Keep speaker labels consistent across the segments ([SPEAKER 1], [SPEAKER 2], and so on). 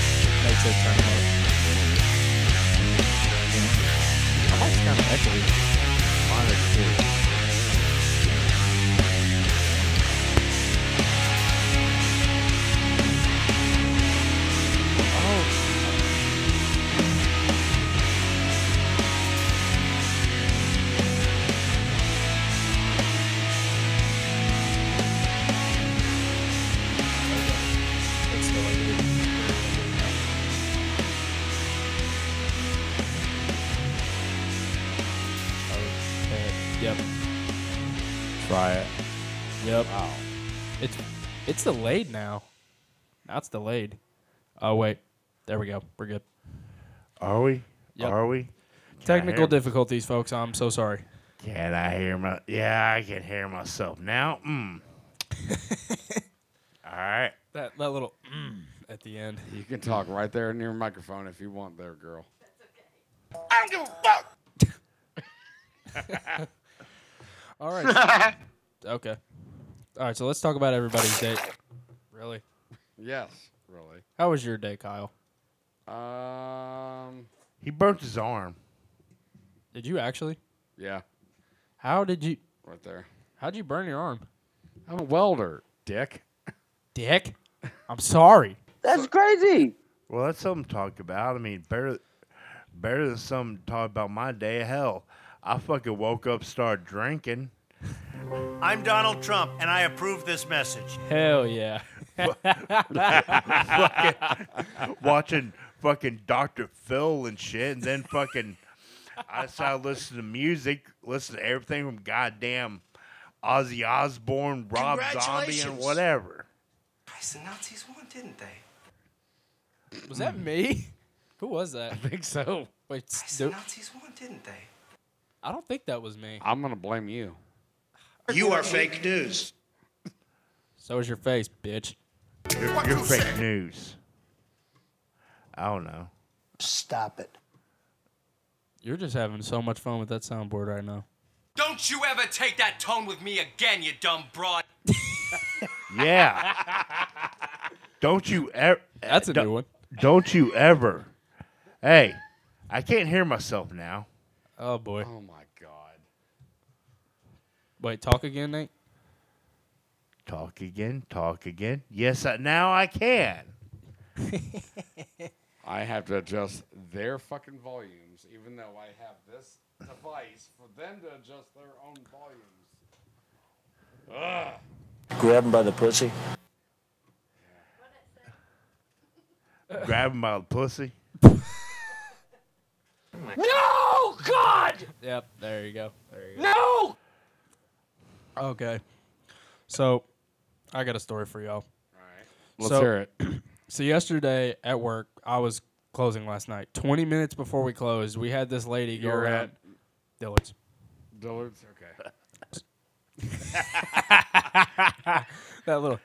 [SPEAKER 1] until timeout. My mic's kind of echoing. Monitor too. Oh, okay. It's still like it.
[SPEAKER 2] Okay.
[SPEAKER 1] uh, Yep.
[SPEAKER 2] Try it.
[SPEAKER 1] Yep.
[SPEAKER 2] Wow.
[SPEAKER 1] It's it's delayed now. Now it's delayed. Oh wait. There we go. We're good.
[SPEAKER 2] Are we?
[SPEAKER 1] Yep.
[SPEAKER 2] Are we?
[SPEAKER 1] Technical
[SPEAKER 2] hear-
[SPEAKER 1] difficulties, folks. I'm so sorry.
[SPEAKER 2] Can I hear my? Yeah, I can hear myself now. Mm. All right.
[SPEAKER 1] That that little mm at the end.
[SPEAKER 3] You can talk right there near your microphone if you want, there, girl.
[SPEAKER 2] I don't give a fuck.
[SPEAKER 1] All right. okay. All right, so let's talk about everybody's day. Really?
[SPEAKER 3] Yes, really.
[SPEAKER 1] How was your day, Kyle?
[SPEAKER 3] Um,
[SPEAKER 2] He burnt his arm.
[SPEAKER 1] Did you actually?
[SPEAKER 3] yeah,
[SPEAKER 1] How did you
[SPEAKER 3] right there.
[SPEAKER 1] how'd you burn your arm?
[SPEAKER 3] I'm a welder, dick.
[SPEAKER 1] Dick? I'm sorry.
[SPEAKER 4] That's crazy.
[SPEAKER 2] Well, that's something to talk about. I mean, better, better than something to talk about my day. Hell, I fucking woke up, started drinking.
[SPEAKER 5] I'm Donald Trump, and I approve this message.
[SPEAKER 1] Hell yeah.
[SPEAKER 2] watching fucking Dr. Phil and shit, and then fucking I started listening to music, listen to everything from goddamn Ozzy Osbourne, Rob Zombie, and
[SPEAKER 5] Congratulations.
[SPEAKER 2] whatever.
[SPEAKER 6] Christ, the Nazis won, didn't they?
[SPEAKER 1] Was that me? Who was that?
[SPEAKER 3] I think so.
[SPEAKER 1] Wait,
[SPEAKER 6] Christ,
[SPEAKER 1] dude,
[SPEAKER 6] the Nazis won, didn't they?
[SPEAKER 1] I don't think that was me.
[SPEAKER 3] I'm gonna blame you.
[SPEAKER 5] You are fake news.
[SPEAKER 1] So was your face, bitch.
[SPEAKER 2] You're, you're fake news. I don't know.
[SPEAKER 5] Stop it.
[SPEAKER 1] You're just having so much fun with that soundboard right now.
[SPEAKER 6] Don't you ever take that tone with me again, you dumb broad.
[SPEAKER 2] Yeah. don't you ever.
[SPEAKER 1] That's a
[SPEAKER 2] don't-
[SPEAKER 1] new one.
[SPEAKER 2] Don't you ever. Hey, I can't hear myself now.
[SPEAKER 1] Oh boy.
[SPEAKER 3] Oh my god.
[SPEAKER 1] Wait, talk again, Nate.
[SPEAKER 2] Talk again. Talk again. Yes, I, now I can.
[SPEAKER 3] I have to adjust their fucking volumes, even though I have this device for them to adjust their own volumes.
[SPEAKER 5] Grab him by the pussy.
[SPEAKER 2] Grab him by the pussy.
[SPEAKER 1] Yep, there you go. There you go. No. Okay. So, I got a story for y'all.
[SPEAKER 3] Let's
[SPEAKER 1] So-
[SPEAKER 3] hear it.
[SPEAKER 1] So yesterday at work, I was closing last night. Twenty minutes before we closed, we had this lady go
[SPEAKER 3] You're
[SPEAKER 1] around
[SPEAKER 3] at
[SPEAKER 1] Dillard's.
[SPEAKER 3] Dillard's. Okay.
[SPEAKER 1] that little.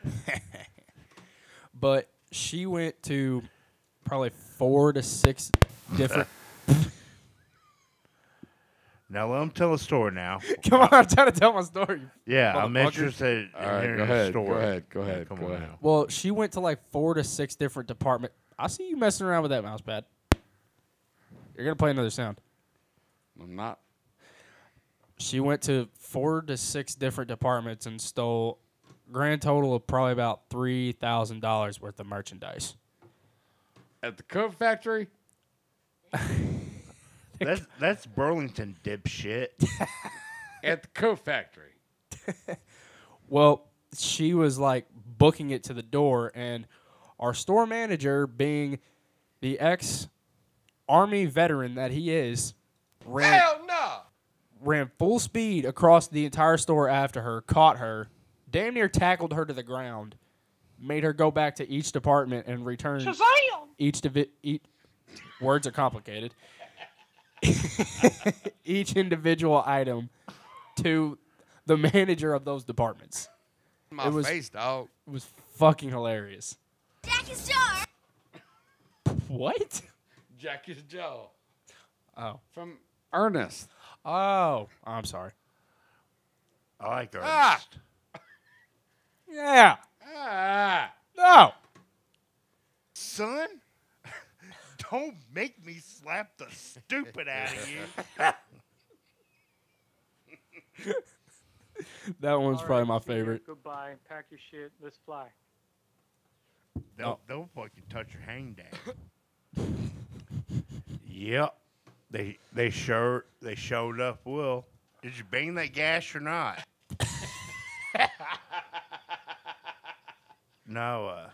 [SPEAKER 1] but she went to probably four to six different.
[SPEAKER 2] Now let him tell a story now.
[SPEAKER 1] Come on, I'm trying to tell my story.
[SPEAKER 2] Yeah, I'm
[SPEAKER 1] Motherfucker.
[SPEAKER 2] interested in
[SPEAKER 3] All right.
[SPEAKER 2] hearing
[SPEAKER 3] Go
[SPEAKER 2] the
[SPEAKER 3] ahead. Go
[SPEAKER 2] story.
[SPEAKER 3] ahead. Go ahead.
[SPEAKER 2] Come
[SPEAKER 3] go
[SPEAKER 2] on
[SPEAKER 3] ahead.
[SPEAKER 2] now.
[SPEAKER 1] Well, she went to like four to six different department. I see you messing around with that mouse pad. You're gonna play another sound.
[SPEAKER 3] I'm not.
[SPEAKER 1] She went to four to six different departments and stole grand total of probably about three thousand dollars worth of merchandise.
[SPEAKER 3] At the coat factory?
[SPEAKER 2] That's that's Burlington dipshit.
[SPEAKER 3] At the coat factory.
[SPEAKER 1] Well, she was like booking it to the door, and our store manager, being the ex army veteran that he is, ran
[SPEAKER 3] no!
[SPEAKER 1] ran full speed across the entire store after her, caught her, damn near tackled her to the ground, made her go back to each department and return each divi- each words are complicated. each individual item to the manager of those departments.
[SPEAKER 3] My
[SPEAKER 1] It was-
[SPEAKER 3] face, dog.
[SPEAKER 1] It was fucking hilarious.
[SPEAKER 7] Jack is dark.
[SPEAKER 1] What?
[SPEAKER 3] Jack is Joe.
[SPEAKER 1] Oh.
[SPEAKER 3] From Ernest.
[SPEAKER 1] Oh, I'm sorry.
[SPEAKER 2] I like Ernest.
[SPEAKER 3] Ah!
[SPEAKER 1] Yeah.
[SPEAKER 3] Ah,
[SPEAKER 1] No.
[SPEAKER 3] son?
[SPEAKER 2] Don't make me slap the stupid out of you.
[SPEAKER 1] That one's
[SPEAKER 4] All
[SPEAKER 1] probably
[SPEAKER 4] right,
[SPEAKER 1] my
[SPEAKER 4] see ya.
[SPEAKER 1] favorite.
[SPEAKER 4] Goodbye. Pack your shit. Let's fly.
[SPEAKER 2] They'll, they'll fucking touch your hang down. yep. They they sure they showed up will. Did you bang that gash or not? no,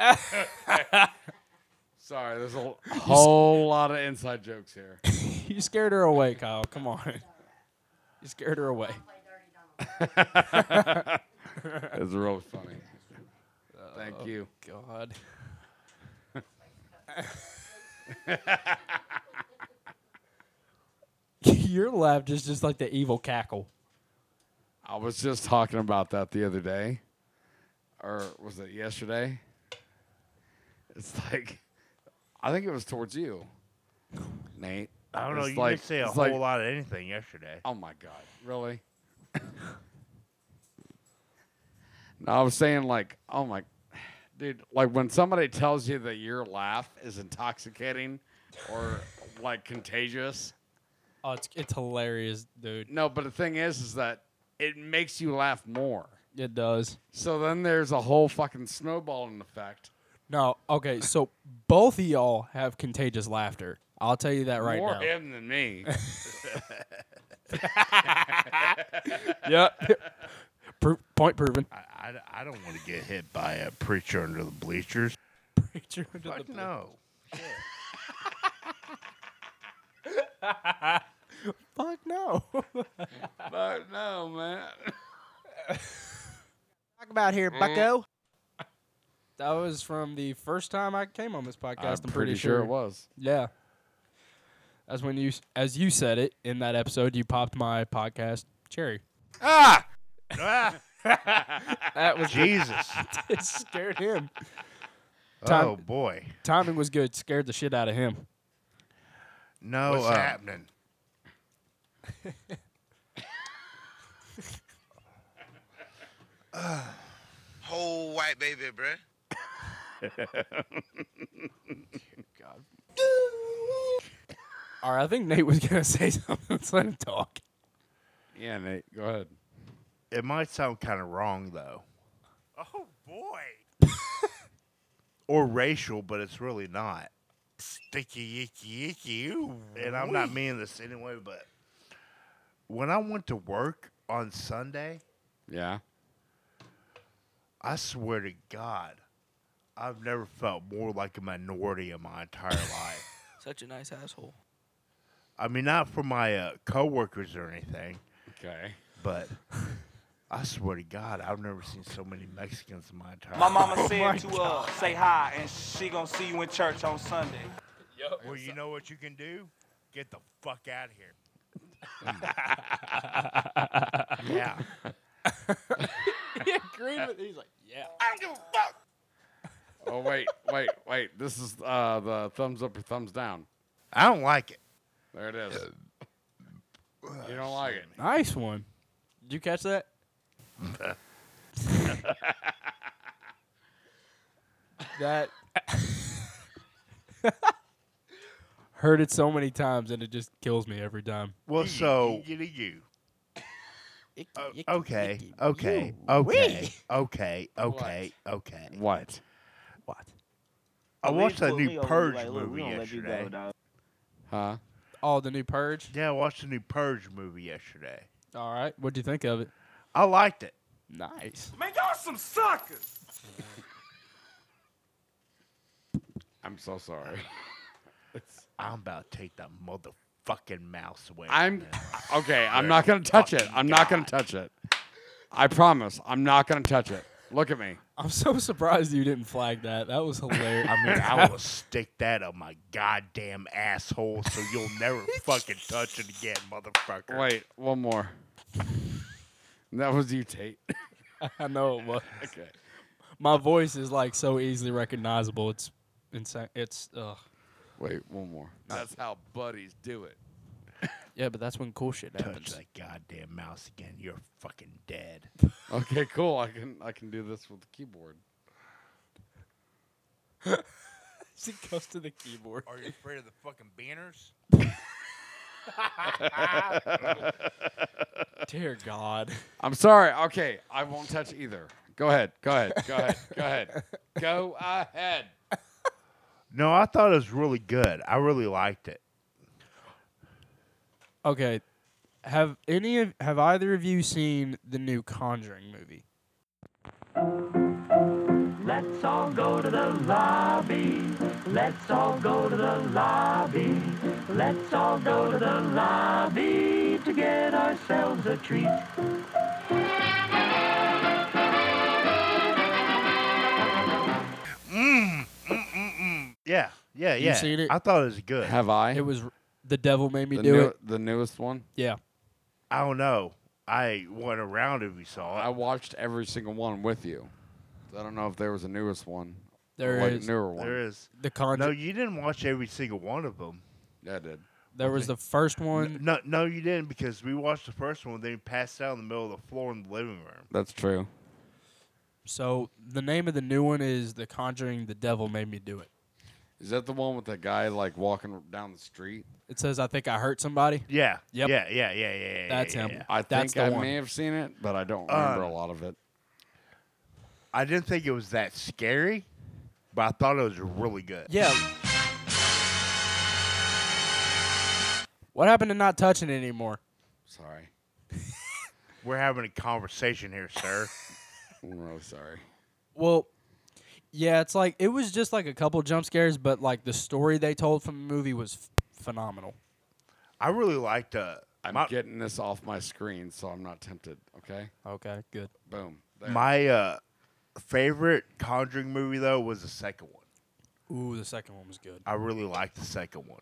[SPEAKER 2] uh,
[SPEAKER 3] Sorry, there's a whole lot of inside jokes here.
[SPEAKER 1] You scared her away, Kyle. Come on. You scared her away.
[SPEAKER 3] It's really funny. Thank you.
[SPEAKER 1] God. Your laugh just just like the evil cackle.
[SPEAKER 3] I was just talking about that the other day, or was it yesterday? It's like, I think it was towards you, Nate.
[SPEAKER 2] I don't know.
[SPEAKER 3] It's
[SPEAKER 2] You
[SPEAKER 3] like-
[SPEAKER 2] didn't say a
[SPEAKER 3] it's
[SPEAKER 2] whole
[SPEAKER 3] like-
[SPEAKER 2] lot of anything yesterday.
[SPEAKER 3] Oh my god, really? no, I was saying like, oh my, dude, like when somebody tells you that your laugh is intoxicating or like contagious.
[SPEAKER 1] Oh, it's it's hilarious, dude.
[SPEAKER 3] No, but the thing is, is that it makes you laugh more.
[SPEAKER 1] It does.
[SPEAKER 3] So then there's a whole fucking snowballing effect.
[SPEAKER 1] No, okay, so both of y'all have contagious laughter. I'll tell you that right
[SPEAKER 3] more
[SPEAKER 1] now.
[SPEAKER 3] him than me.
[SPEAKER 1] Yep. Pro- point proven.
[SPEAKER 2] I, I, I don't want to get hit by a preacher under the bleachers.
[SPEAKER 1] Preacher under
[SPEAKER 2] Fuck no.
[SPEAKER 1] Fuck no. Talk
[SPEAKER 3] but no, man.
[SPEAKER 1] about here, bucko. That was from the first time I came on this podcast. I'm,
[SPEAKER 3] I'm pretty sure it was.
[SPEAKER 1] Yeah. That's when you, s- as you said it in that episode, you popped my podcast cherry.
[SPEAKER 2] Ah! ah!
[SPEAKER 1] That was
[SPEAKER 2] Jesus.
[SPEAKER 1] it scared him. Time-
[SPEAKER 2] oh, boy.
[SPEAKER 1] Timing was good. Scared the shit out of him.
[SPEAKER 2] No.
[SPEAKER 5] What's
[SPEAKER 2] uh,
[SPEAKER 5] happening?
[SPEAKER 7] Whole white baby, bruh.
[SPEAKER 1] All right, I think Nate was gonna say something. Let's let him talk.
[SPEAKER 3] Yeah, Nate. Go ahead.
[SPEAKER 2] It might sound kind of wrong, though,
[SPEAKER 5] Oh boy.
[SPEAKER 2] or racial, but it's really not.
[SPEAKER 5] Sticky icky icky. Ooh.
[SPEAKER 2] and I'm not meaning this anyway, but when I went to work on Sunday,
[SPEAKER 3] Yeah.
[SPEAKER 2] I swear to God, I've never felt more like a minority in my entire life.
[SPEAKER 8] Such a nice asshole.
[SPEAKER 2] I mean, not for my uh, coworkers or anything,
[SPEAKER 3] Okay.
[SPEAKER 2] but I swear to God, I've never seen so many Mexicans in my entire
[SPEAKER 9] My
[SPEAKER 2] life.
[SPEAKER 9] mama said to uh, say hi, and she gonna see you in church on Sunday.
[SPEAKER 2] Well, you know what you can do? Get the fuck out of here. yeah.
[SPEAKER 3] Oh wait, wait, wait. This is uh, the thumbs up or thumbs down.
[SPEAKER 2] I don't like it.
[SPEAKER 3] There it is. You don't like it.
[SPEAKER 1] Nice one. Did you catch that? that heard it so many times, and it just kills me every time.
[SPEAKER 2] Well, so
[SPEAKER 5] You, you.
[SPEAKER 2] O- okay, okay, okay, okay, okay, okay.
[SPEAKER 3] What?
[SPEAKER 1] What?
[SPEAKER 2] I watched that new Purge
[SPEAKER 9] like,
[SPEAKER 2] movie
[SPEAKER 9] we don't Let you
[SPEAKER 2] yesterday.
[SPEAKER 9] go, dog.
[SPEAKER 3] Huh?
[SPEAKER 1] Oh, the new Purge.
[SPEAKER 2] Yeah, I watched the new Purge movie yesterday.
[SPEAKER 1] All right, what'd you think of it?
[SPEAKER 2] I liked it.
[SPEAKER 1] Nice.
[SPEAKER 9] Man, y'all some suckers.
[SPEAKER 3] I'm so sorry.
[SPEAKER 2] I'm about to take that motherfucking mouse away.
[SPEAKER 3] I'm okay. I'm not gonna touch it. I'm not gonna touch it. I promise. I'm not gonna touch it. Look at me.
[SPEAKER 1] I'm so surprised you didn't flag that. That was hilarious.
[SPEAKER 2] I mean, I will stick that up my goddamn asshole so you'll never fucking touch it again, motherfucker.
[SPEAKER 3] Wait, one more. That was you, Tate.
[SPEAKER 1] I know it was.
[SPEAKER 3] Okay.
[SPEAKER 1] My voice is like so easily recognizable. It's insane. It's ugh.
[SPEAKER 3] Wait, one more. That's how buddies do it.
[SPEAKER 1] Yeah, but that's when cool shit
[SPEAKER 2] touch
[SPEAKER 1] happens.
[SPEAKER 2] that goddamn mouse again, you're fucking dead.
[SPEAKER 3] Okay, cool. I can I can do this with the keyboard.
[SPEAKER 1] as it goes to the keyboard.
[SPEAKER 2] Are you afraid of the fucking banners?
[SPEAKER 1] Dear God.
[SPEAKER 3] I'm sorry. Okay, I won't touch either. Go ahead. Go ahead. Go ahead. Go ahead. Go ahead.
[SPEAKER 2] No, I thought it was really good. I really liked it.
[SPEAKER 1] Okay. Have any of have either of you seen the new Conjuring movie?
[SPEAKER 2] Yeah, yeah, yeah.
[SPEAKER 1] seen it?
[SPEAKER 2] I thought it was good.
[SPEAKER 3] Have I?
[SPEAKER 1] It was The Devil Made Me
[SPEAKER 3] the,
[SPEAKER 1] Do
[SPEAKER 3] new-
[SPEAKER 1] It.
[SPEAKER 3] the newest one.
[SPEAKER 1] Yeah.
[SPEAKER 2] I don't know. I went around if we
[SPEAKER 3] I
[SPEAKER 2] saw it.
[SPEAKER 3] watched every single one with you. I don't know if there was a newest one.
[SPEAKER 1] There
[SPEAKER 3] like
[SPEAKER 1] is-
[SPEAKER 3] newer one.
[SPEAKER 2] There is.
[SPEAKER 1] The Conjuring.
[SPEAKER 2] No, you didn't watch every single one of them.
[SPEAKER 3] Yeah, I did.
[SPEAKER 1] there was the first one.
[SPEAKER 2] No, no, you didn't because we watched the first one. Then he passed out in the middle of the floor in the living room.
[SPEAKER 3] That's true.
[SPEAKER 1] So the name of the new one is The Conjuring The Devil Made Me Do It.
[SPEAKER 3] Is that the one with the guy like walking down the street?
[SPEAKER 1] It says I think I hurt somebody.
[SPEAKER 2] Yeah.
[SPEAKER 1] Yep.
[SPEAKER 2] Yeah. Yeah. Yeah. Yeah. yeah
[SPEAKER 1] That's
[SPEAKER 2] yeah,
[SPEAKER 1] him.
[SPEAKER 2] yeah.
[SPEAKER 3] I
[SPEAKER 1] That's
[SPEAKER 3] think I
[SPEAKER 1] the one.
[SPEAKER 3] may have seen it, but I don't remember
[SPEAKER 2] Uh,
[SPEAKER 3] a lot of it.
[SPEAKER 2] I didn't think it was that scary, but I thought it was really good.
[SPEAKER 1] Yeah. What happened to not touching it anymore?
[SPEAKER 3] Sorry.
[SPEAKER 2] We're having a conversation here, sir.
[SPEAKER 3] I'm really sorry.
[SPEAKER 1] Well, yeah, it's like it was just like a couple jump scares, but like the story they told from the movie was f- phenomenal.
[SPEAKER 2] I really liked uh,
[SPEAKER 3] I'm
[SPEAKER 2] my
[SPEAKER 3] getting this off my screen, so I'm not tempted. Okay.
[SPEAKER 1] Okay, good.
[SPEAKER 3] Boom. There.
[SPEAKER 2] my uh, favorite Conjuring movie though was the second one.
[SPEAKER 1] Ooh, the second one was good.
[SPEAKER 2] I really liked the second one.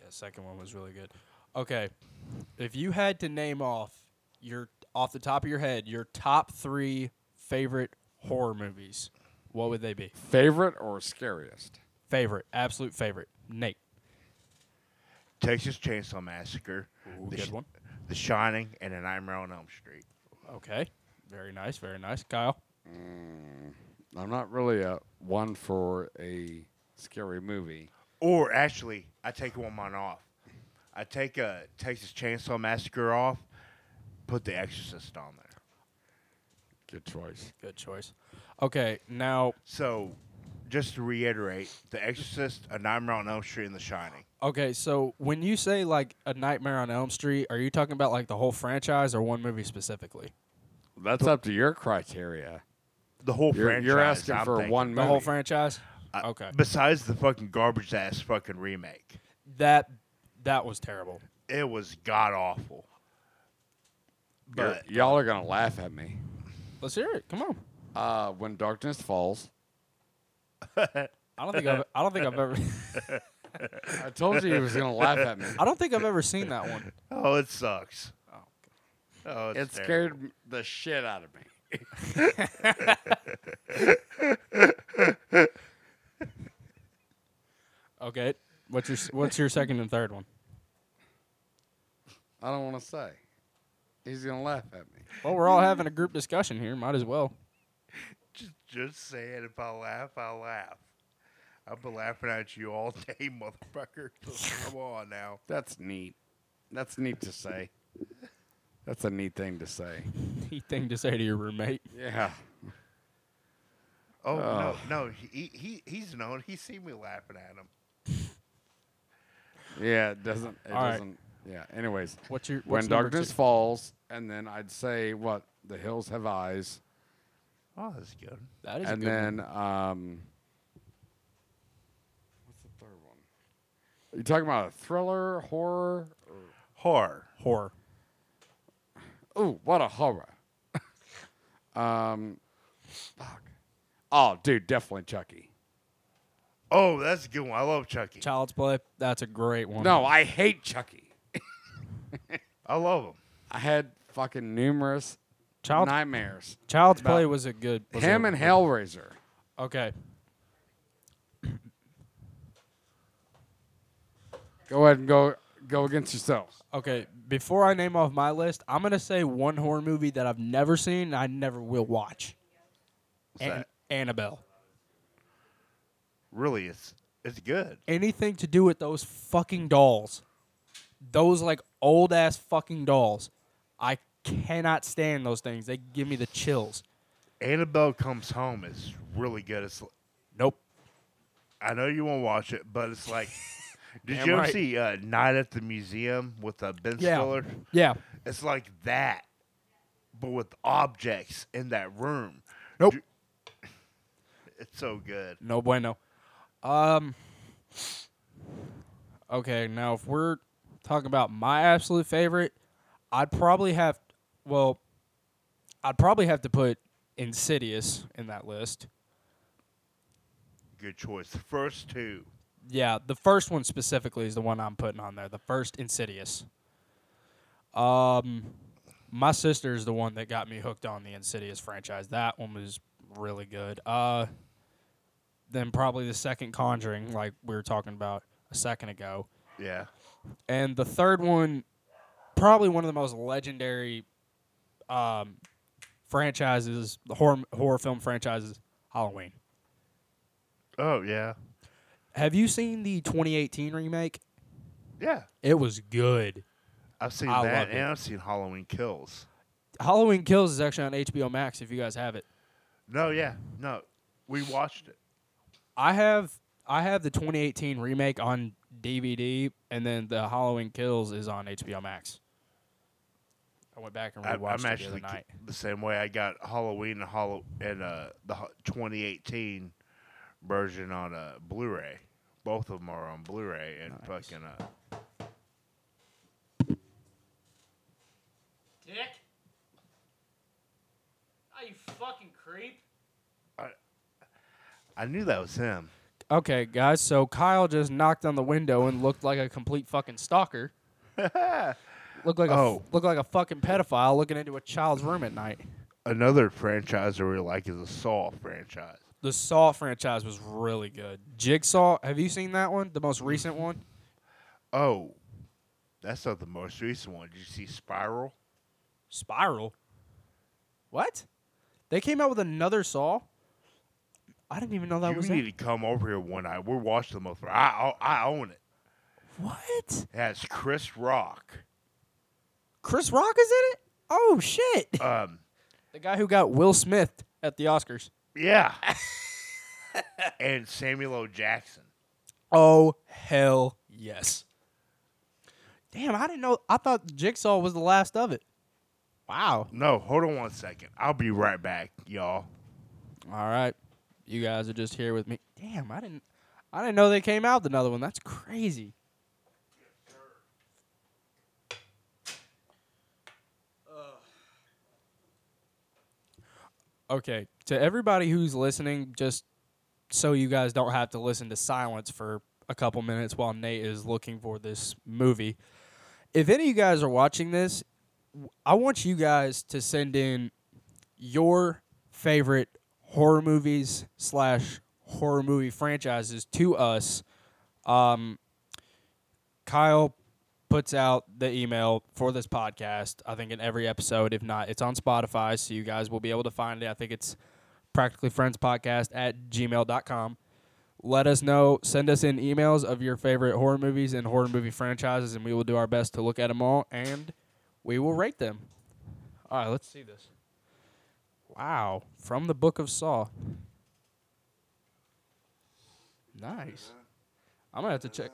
[SPEAKER 1] Yeah, the second one was really good. Okay, if you had to name off your off the top of your head your top three favorite horror movies, what would they be?
[SPEAKER 3] Favorite or scariest?
[SPEAKER 1] Favorite, absolute favorite, Nate.
[SPEAKER 2] Texas Chainsaw Massacre,
[SPEAKER 1] Ooh,
[SPEAKER 2] the,
[SPEAKER 1] good
[SPEAKER 2] Sh-
[SPEAKER 1] one.
[SPEAKER 2] the Shining, and A Nightmare on Elm Street.
[SPEAKER 1] Okay, very nice, very nice, Kyle.
[SPEAKER 3] Mm, I'm not really a one for a scary movie.
[SPEAKER 2] Or actually, I take one of mine off. I take a Texas Chainsaw Massacre off, put The Exorcist on there.
[SPEAKER 3] Good choice.
[SPEAKER 1] Good choice. Okay, now
[SPEAKER 2] So, just to reiterate, The Exorcist, A Nightmare on Elm Street, and The Shining.
[SPEAKER 1] Okay, so when you say like a Nightmare on Elm Street, are you talking about like the whole franchise or one movie specifically?
[SPEAKER 3] That's up to your criteria.
[SPEAKER 2] The whole
[SPEAKER 3] You're,
[SPEAKER 2] franchise.
[SPEAKER 3] you're asking
[SPEAKER 2] I'm
[SPEAKER 3] for
[SPEAKER 2] thinking.
[SPEAKER 3] one
[SPEAKER 1] The
[SPEAKER 3] movie.
[SPEAKER 1] whole franchise?
[SPEAKER 2] I-
[SPEAKER 1] okay.
[SPEAKER 2] Besides the fucking garbage ass fucking remake,
[SPEAKER 1] That that was terrible.
[SPEAKER 2] it was god awful.
[SPEAKER 3] You're-
[SPEAKER 2] But
[SPEAKER 3] y'all are gonna laugh at me.
[SPEAKER 1] Let's hear it. Come on.
[SPEAKER 3] Uh, when darkness falls.
[SPEAKER 1] I don't think I've I don't think I've ever
[SPEAKER 3] I told you he was gonna laugh at me.
[SPEAKER 1] I don't think I've ever seen that one.
[SPEAKER 2] oh, it sucks. Oh,
[SPEAKER 3] It
[SPEAKER 2] it's terrible.
[SPEAKER 3] scared m- the shit out of me.
[SPEAKER 1] Okay. What's your what's your second and third one?
[SPEAKER 3] I don't want to say. He's gonna laugh at me.
[SPEAKER 1] Well, we're all having a group discussion here. Might as well.
[SPEAKER 2] Just, just say it. If I laugh, I laugh. I've been laughing at you all day, motherfucker. Come on now.
[SPEAKER 3] That's neat. That's neat to say. That's a neat thing to say.
[SPEAKER 1] Neat thing to say to your roommate.
[SPEAKER 3] Yeah.
[SPEAKER 2] Oh
[SPEAKER 3] Oh.
[SPEAKER 2] no, no, he, he he's known. He's seen me laughing at him.
[SPEAKER 3] Yeah. It doesn't. It
[SPEAKER 1] All right.
[SPEAKER 3] doesn't. Yeah. Anyways,
[SPEAKER 1] What's your
[SPEAKER 3] when
[SPEAKER 1] what's number
[SPEAKER 3] darkness
[SPEAKER 1] two?
[SPEAKER 3] falls, and then I'd say what the hills have eyes,
[SPEAKER 2] Oh, that's good.
[SPEAKER 1] That is a
[SPEAKER 3] and
[SPEAKER 1] good one.
[SPEAKER 3] then um, what's the third one? Are you talking about a thriller, horror?
[SPEAKER 2] Horror.
[SPEAKER 1] horror.
[SPEAKER 3] Ooh, what a horror! um, fuck. Oh, dude, definitely Chucky.
[SPEAKER 2] Oh, that's a good one. I love Chucky.
[SPEAKER 1] Child's Play. That's a great one.
[SPEAKER 3] No, I hate Chucky.
[SPEAKER 2] I love him.
[SPEAKER 3] I had fucking numerous
[SPEAKER 1] Child's,
[SPEAKER 3] nightmares.
[SPEAKER 1] Child's Play was a good was
[SPEAKER 3] Him
[SPEAKER 1] a-
[SPEAKER 3] and Hellraiser.
[SPEAKER 1] Okay.
[SPEAKER 3] Go ahead and go go against yourself.
[SPEAKER 1] Okay, before I name off my list, I'm gonna say one horror movie that I've never seen and I never will watch.
[SPEAKER 2] What's that?
[SPEAKER 1] Annabelle.
[SPEAKER 2] Really, it's It's good.
[SPEAKER 1] anything to do with those fucking dolls. Those like old ass fucking dolls. I cannot stand those things. They give me the chills.
[SPEAKER 2] Annabelle Comes Home is really good. It's
[SPEAKER 1] Nope.
[SPEAKER 2] I know you won't watch it, but it's like. Did
[SPEAKER 1] Damn
[SPEAKER 2] you ever
[SPEAKER 1] right.
[SPEAKER 2] see uh, Night at the Museum with uh, Ben
[SPEAKER 1] Yeah.
[SPEAKER 2] Stiller?
[SPEAKER 1] Yeah.
[SPEAKER 2] It's like that, but with objects in that room.
[SPEAKER 1] Nope.
[SPEAKER 2] Do- It's so good.
[SPEAKER 1] No bueno. Um. Okay, now if we're talking about my absolute favorite, I'd probably have, well, I'd probably have to put Insidious in that list.
[SPEAKER 2] Good choice. The first two.
[SPEAKER 1] Yeah, the first one specifically is the one I'm putting on there. The first Insidious. Um, my sister is the one that got me hooked on the Insidious franchise. That one was really good. Uh, then probably the second Conjuring, like we were talking about a second ago,
[SPEAKER 2] Yeah.
[SPEAKER 1] and the third one, probably one of the most legendary, um, franchises, the horror horror film franchises, Halloween.
[SPEAKER 2] Oh yeah.
[SPEAKER 1] Have you seen the 2018 remake?
[SPEAKER 2] Yeah.
[SPEAKER 1] It was good.
[SPEAKER 2] I've seen
[SPEAKER 1] I love
[SPEAKER 2] that,
[SPEAKER 1] it.
[SPEAKER 2] and I've seen Halloween Kills.
[SPEAKER 1] Halloween Kills is actually on HBO Max if you guys have it.
[SPEAKER 2] No, yeah, no, we watched it.
[SPEAKER 1] I have I have the 2018 remake on DVD, and then the Halloween Kills is on HBO Max. I went back and
[SPEAKER 2] I,
[SPEAKER 1] rewatched
[SPEAKER 2] I'm
[SPEAKER 1] it the
[SPEAKER 2] actually
[SPEAKER 1] other
[SPEAKER 2] ki-
[SPEAKER 1] night.
[SPEAKER 2] the same way. I got Halloween and Hollow and uh, the ho- 2018 version on uh, Blu-ray. Both of them are on Blu-ray and fucking. Uh,
[SPEAKER 1] Dick, are you fucking creep?
[SPEAKER 2] I knew that was him.
[SPEAKER 1] Okay, guys. So Kyle just knocked on the window and looked like a complete fucking stalker. looked like
[SPEAKER 2] Oh.
[SPEAKER 1] a looked like a fucking pedophile looking into a child's room at night.
[SPEAKER 2] Another franchise I really like is the Saw franchise.
[SPEAKER 1] The Saw franchise was really good. Jigsaw, have you seen that one? The most recent one?
[SPEAKER 2] Oh, that's not the most recent one. Did you see Spiral?
[SPEAKER 1] Spiral. What? They came out with another Saw? I didn't even know that
[SPEAKER 2] you
[SPEAKER 1] was
[SPEAKER 2] need
[SPEAKER 1] it.
[SPEAKER 2] to come over here one night. We're watching the most. I I I own it.
[SPEAKER 1] What?
[SPEAKER 2] It has Chris Rock.
[SPEAKER 1] Chris Rock is in it? Oh shit.
[SPEAKER 2] Um,
[SPEAKER 1] the guy who got Will Smith at the Oscars.
[SPEAKER 2] yeah, and Samuel L. Jackson.
[SPEAKER 1] Oh hell yes. Damn, I didn't know I thought Jigsaw was the last of it. Wow.
[SPEAKER 2] No, hold on one second. I'll be right back, y'all.
[SPEAKER 1] All right. You guys are just here with me. Damn, I didn't I didn't know they came out with another one. That's crazy. Uh. Okay, to everybody who's listening, just so you guys don't have to listen to silence for a couple minutes while Nate is looking for this movie. If any of you guys are watching this, w- I want you guys to send in your favorite horror movies slash horror movie franchises to us. Um, Kyle puts out the email for this podcast. I think in every episode, if not, it's on Spotify, so you guys will be able to find it. I think it's practically friends podcast at gmail.com. Let us know. Send us in emails of your favorite horror movies and horror movie franchises, and we will do our best to look at them all and we will rate them. All right, let's see this. Wow, from the Book of Saw. Nice. I'm gonna have to check.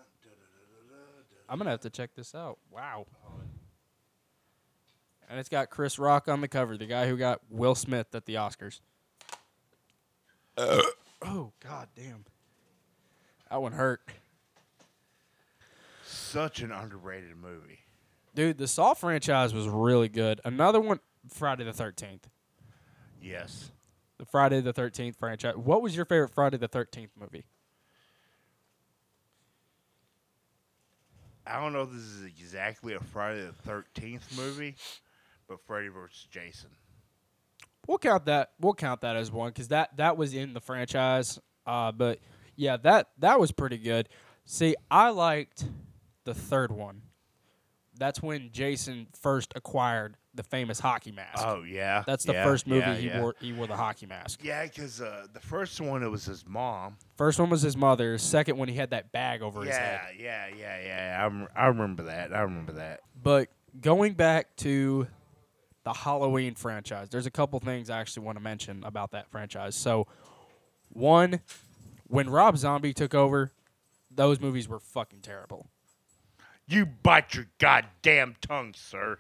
[SPEAKER 1] I'm gonna have to check this out. Wow. And it's got Chris Rock on the cover, the guy who got Will Smith at the Oscars. oh God damn. That one hurt,
[SPEAKER 2] Such an underrated movie.
[SPEAKER 1] dude. The Saw franchise was really good. Another one, Friday the Thirteenth.
[SPEAKER 2] Yes.
[SPEAKER 1] The Friday the Thirteenth franchise. What was your favorite Friday the Thirteenth movie?
[SPEAKER 2] I don't know if this is exactly a Friday the Thirteenth movie, but Freddy vs. Jason.
[SPEAKER 1] We'll count that. We'll count that as one because that that was in the franchise. Uh, but yeah, that that was pretty good. See, I liked the third one, That's when Jason first acquired the famous hockey mask.
[SPEAKER 2] Oh yeah,
[SPEAKER 1] That's the
[SPEAKER 2] yeah,
[SPEAKER 1] first movie
[SPEAKER 2] yeah,
[SPEAKER 1] he
[SPEAKER 2] yeah.
[SPEAKER 1] wore. He wore the hockey mask.
[SPEAKER 2] Yeah, because uh, the first one it was his mom.
[SPEAKER 1] First one was his mother's. Second one he had that bag over his head.
[SPEAKER 2] Yeah, yeah, yeah, yeah. I, rem- I remember that. I remember that.
[SPEAKER 1] But going back to the Halloween franchise, there's a couple things I actually want to mention about that franchise. So, one, when Rob Zombie took over, those movies were fucking terrible.
[SPEAKER 2] You bite your goddamn tongue, sir.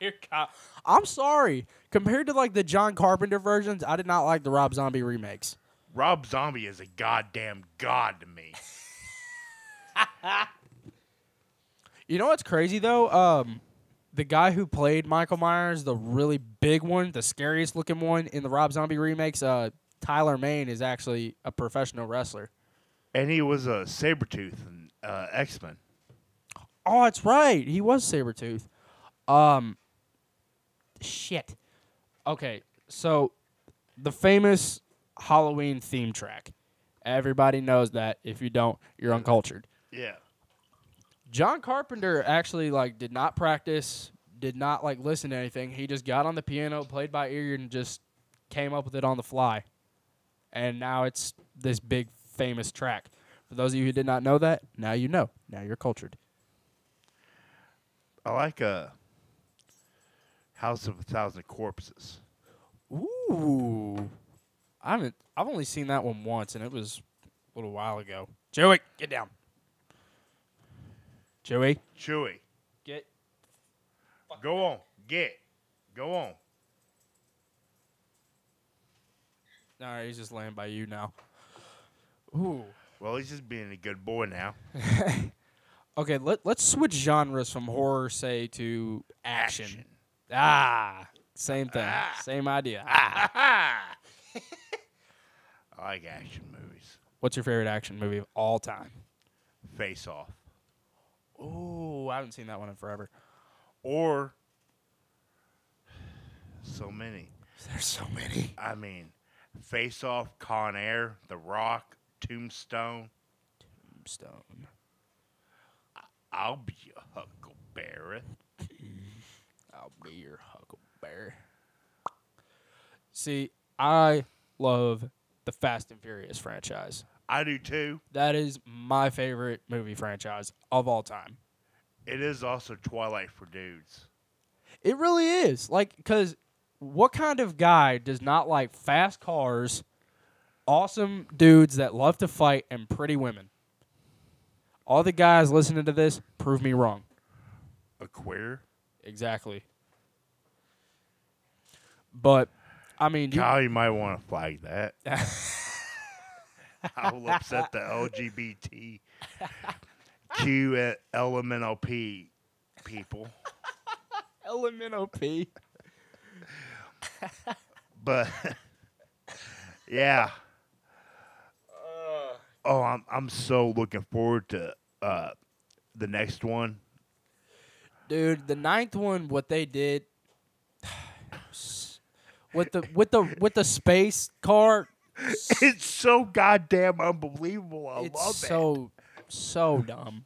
[SPEAKER 1] You're co- I'm sorry. Compared to like the John Carpenter versions, I did not like the Rob Zombie remakes.
[SPEAKER 2] Rob Zombie is a goddamn god to me.
[SPEAKER 1] You know what's crazy though? Um, the guy who played Michael Myers, the really big one, the scariest looking one in the Rob Zombie remakes, uh, Tyler Maine is actually a professional wrestler.
[SPEAKER 2] And he was a Sabretooth in uh, X Men.
[SPEAKER 1] Oh, that's right. He was Sabretooth. Um shit. Okay, so the famous Halloween theme track. Everybody knows that. If you don't, you're uncultured.
[SPEAKER 2] Yeah.
[SPEAKER 1] John Carpenter actually like did not practice, did not like listen to anything. He just got on the piano, played by ear, and just came up with it on the fly. And now it's this big famous track. For those of you who did not know that, now you know. Now you're cultured.
[SPEAKER 2] I like uh, House of a Thousand Corpses.
[SPEAKER 1] Ooh. I haven't I've only seen that one once and it was a little while ago. Joey, get down. Joey,
[SPEAKER 2] Chewy,
[SPEAKER 1] get
[SPEAKER 2] go on. Get. Go on.
[SPEAKER 1] All right, he's just laying by you now. Ooh.
[SPEAKER 2] Well, he's just being a good boy now.
[SPEAKER 1] Okay, let, let's switch genres from horror, say, to action.
[SPEAKER 2] Action.
[SPEAKER 1] Ah, same thing, same idea.
[SPEAKER 2] I like action movies.
[SPEAKER 1] What's your favorite action movie of all time?
[SPEAKER 2] Face Off.
[SPEAKER 1] Ooh, I haven't seen that one in forever.
[SPEAKER 2] Or so many.
[SPEAKER 1] There's so many.
[SPEAKER 2] I mean, Face Off, Con Air, The Rock, Tombstone.
[SPEAKER 1] Stone.
[SPEAKER 2] I'll be a huckleberry.
[SPEAKER 1] I'll be your huckleberry. See, I love the Fast and Furious franchise.
[SPEAKER 2] I do too.
[SPEAKER 1] That is my favorite movie franchise of all time.
[SPEAKER 2] It is also Twilight for dudes.
[SPEAKER 1] It really is. Like, because what kind of guy does not like fast cars, awesome dudes that love to fight, and pretty women? All the guys listening to this prove me wrong.
[SPEAKER 2] A queer.
[SPEAKER 1] Exactly. But, I mean, you,
[SPEAKER 2] Kyle, you might want to flag that. I will upset the LGBTQ LMNOP people.
[SPEAKER 1] Elemental P.
[SPEAKER 2] But yeah. oh, I'm I'm so looking forward to uh, the next one.
[SPEAKER 1] Dude, the ninth one, what they did with the with the with the space car,
[SPEAKER 2] It's so goddamn unbelievable. I
[SPEAKER 1] it's
[SPEAKER 2] love it.
[SPEAKER 1] so so dumb.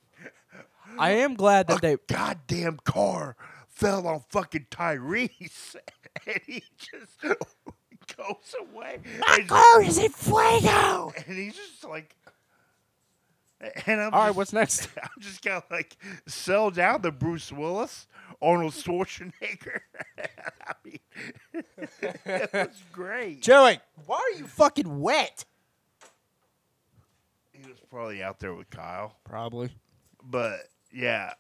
[SPEAKER 1] I am glad that they
[SPEAKER 2] Goddamn car fell on fucking Tyrese, and he just goes away. And,
[SPEAKER 1] is in fuego.
[SPEAKER 2] and he's just like, and I'm
[SPEAKER 1] All right,
[SPEAKER 2] just-
[SPEAKER 1] what's next?
[SPEAKER 2] I'm just gonna like sell down the Bruce Willis, Arnold Schwarzenegger. I mean, it was great.
[SPEAKER 1] Joey, why are you fucking wet?
[SPEAKER 2] He was probably out there with Kyle,
[SPEAKER 1] Probably.
[SPEAKER 2] but yeah,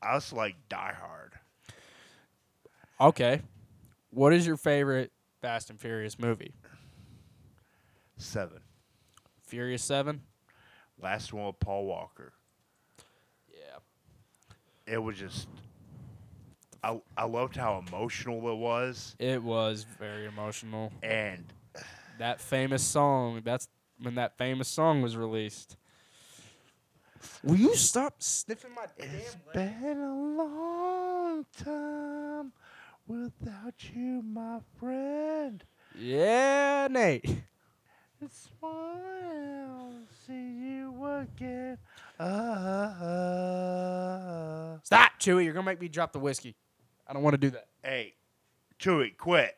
[SPEAKER 2] I was like Die Hard.
[SPEAKER 1] Okay. What is your favorite Fast and Furious movie?
[SPEAKER 2] Seven,
[SPEAKER 1] Furious 7?
[SPEAKER 2] last one with Paul Walker.
[SPEAKER 1] Yeah.
[SPEAKER 2] It was just, I I loved how emotional it was,
[SPEAKER 1] It was very emotional.
[SPEAKER 2] and
[SPEAKER 1] That famous song, that's when that famous song was released. Will you stop sniffing my
[SPEAKER 2] It's been a long time without you, my friend.
[SPEAKER 1] Yeah, Nate.
[SPEAKER 2] It's fine. I'll see you again. Uh,
[SPEAKER 1] Stop, Chewy. You're gonna make me drop the whiskey. I don't want to do that.
[SPEAKER 2] hey, Chewy, quit.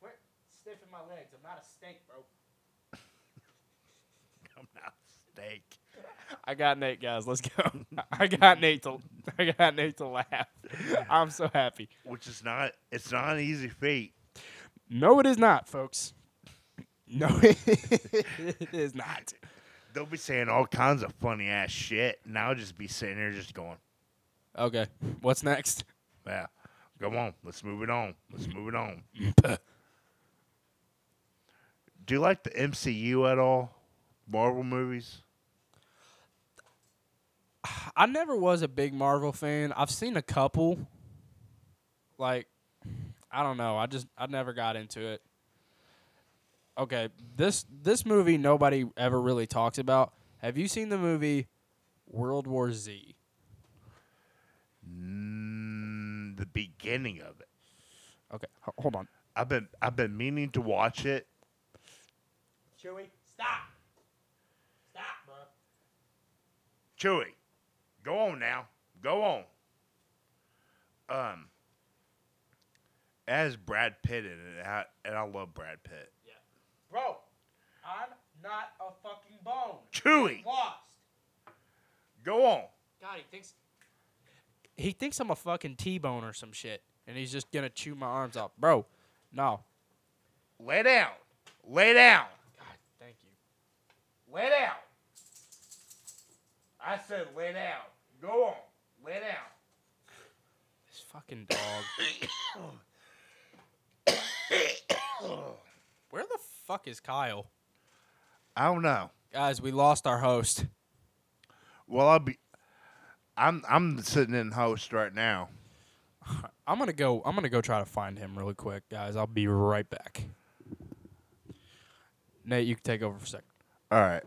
[SPEAKER 1] Quit sniffing my legs. I'm not a snake, bro.
[SPEAKER 2] I'm not steak.
[SPEAKER 1] I got Nate, guys. Let's go. I got Nate to. I got Nate to laugh. I'm so happy.
[SPEAKER 2] Which is not. It's not an easy feat.
[SPEAKER 1] No, it is not, folks. No, it is not.
[SPEAKER 2] They'll be saying all kinds of funny ass shit, and I'll just be sitting there just going,
[SPEAKER 1] Okay, what's next?
[SPEAKER 2] "Yeah, come on, let's move it on. Let's move it on." Do you like the MCU at all? Marvel movies?
[SPEAKER 1] I never was a big Marvel fan. I've seen a couple. Like, I don't know. I just I never got into it. Okay, this this movie nobody ever really talks about. Have you seen the movie World War Z?
[SPEAKER 2] Mm, the beginning of it.
[SPEAKER 1] Okay, h- hold on.
[SPEAKER 2] I've been I've been meaning to watch it.
[SPEAKER 1] Chewy, stop. Stop, bro.
[SPEAKER 2] Chewy, go on now. Go on. Um, it has Brad Pitt in it, and I, and I love Brad Pitt.
[SPEAKER 1] Bro, I'm not a fucking bone.
[SPEAKER 2] Chewy,
[SPEAKER 1] Lost.
[SPEAKER 2] go on.
[SPEAKER 1] God, he thinks he thinks I'm a fucking T-bone or some shit, and he's just gonna chew my arms off, bro. No,
[SPEAKER 2] Lay down. Lay down.
[SPEAKER 1] God, thank you.
[SPEAKER 2] Lay down. I said lay down. Go on. Lay down.
[SPEAKER 1] This fucking dog. Where the fuck is Kyle?
[SPEAKER 2] I don't know.
[SPEAKER 1] Guys, we lost our host.
[SPEAKER 2] Well, I'll be. I'm I'm sitting in host right now.
[SPEAKER 1] I'm gonna go. I'm gonna go try to find him really quick, guys. I'll be right back. Nate, you can take over for a second.
[SPEAKER 2] All right.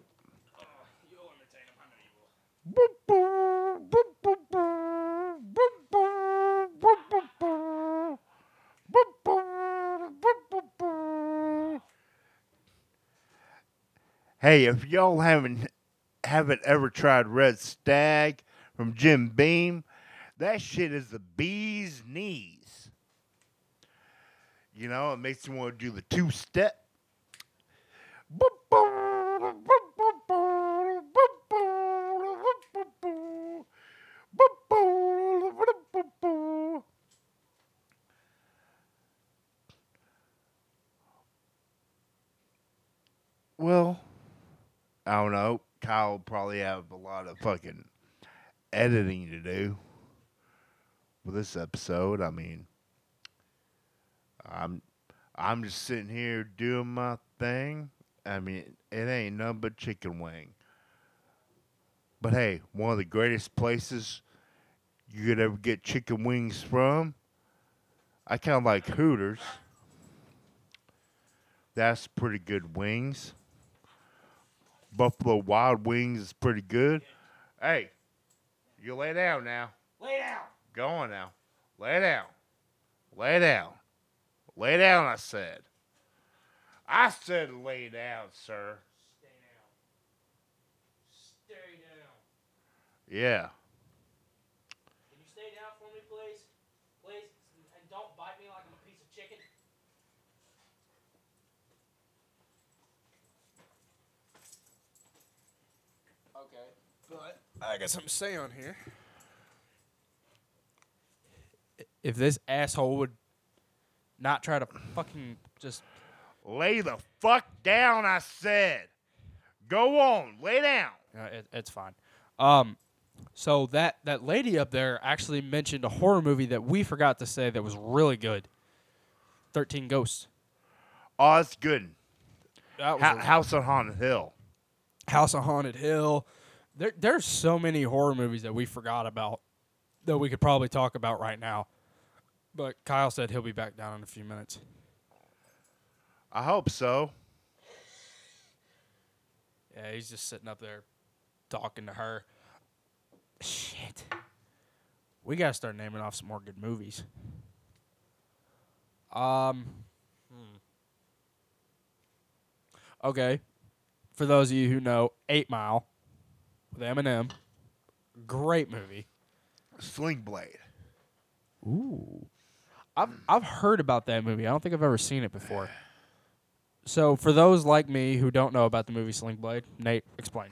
[SPEAKER 2] Hey, if y'all haven't haven't ever tried Red Stag from Jim Beam, that shit is the bee's knees. You know, it makes you want to do the two step. Well, I don't know. Kyle will probably have a lot of fucking editing to do with this episode. I mean, I'm I'm just sitting here doing my thing. I mean, it ain't nothing but chicken wing. But hey, one of the greatest places you could ever get chicken wings from. I kind of like Hooters. That's pretty good wings. Buffalo Wild Wings is pretty good. Hey, you lay down now. Lay down. Go on now. Lay down. Lay down. Lay down, I said. I said lay down, sir.
[SPEAKER 1] Stay down.
[SPEAKER 2] Yeah.
[SPEAKER 1] Can you stay down for me, please? Please, and don't bite me like I'm a piece of chicken. Okay, but I got something to say on here. If this asshole would not try to fucking just
[SPEAKER 2] Lay the fuck down, I said. Go on, lay down.
[SPEAKER 1] Uh, it, it's fine. Um, so that that lady up there actually mentioned a horror movie that we forgot to say that was really good. Thirteen Ghosts.
[SPEAKER 2] Oh, that's good.
[SPEAKER 1] That was
[SPEAKER 2] Ho-
[SPEAKER 1] a-
[SPEAKER 2] House on Haunted Hill.
[SPEAKER 1] House on Haunted Hill. There, there's so many horror movies that we forgot about that we could probably talk about right now. But Kyle said he'll be back down in a few minutes.
[SPEAKER 2] I hope so.
[SPEAKER 1] Yeah, he's just sitting up there talking to her. Shit. We gotta start naming off some more good movies. Um. hmm. Okay. For those of you who know, Eight Mile. with Eminem. Great movie.
[SPEAKER 2] Sling Blade.
[SPEAKER 1] Ooh. I've I've heard about that movie. I don't think I've ever seen it before. So for those like me who don't know about the movie Sling Blade, Nate, explain.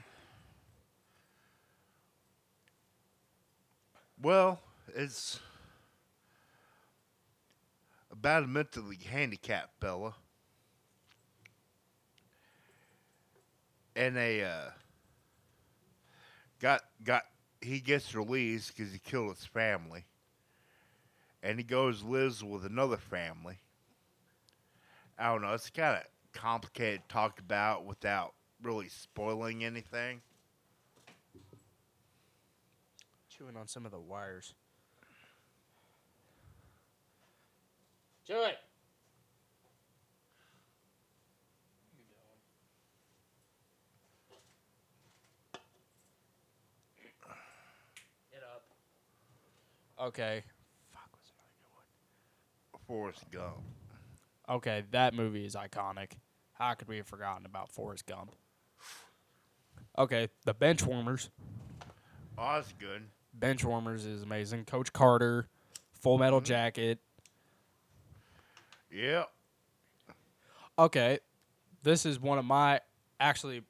[SPEAKER 2] Well, it's about a mentally handicapped fella and a uh, got got he gets released because he killed his family, and he goes lives with another family. I don't know. It's kind of complicated to talk about without really spoiling anything.
[SPEAKER 1] Chewing on some of the wires. Chew it. Get up. Okay. Fuck was another good one.
[SPEAKER 2] Forrest Gump.
[SPEAKER 1] Okay, that movie is iconic. How could we have forgotten about Forrest Gump? Okay, the Benchwarmers.
[SPEAKER 2] Oh, that's good.
[SPEAKER 1] Benchwarmers is amazing. Coach Carter, Full Metal Jacket.
[SPEAKER 2] Yeah.
[SPEAKER 1] Okay, this is one of my actually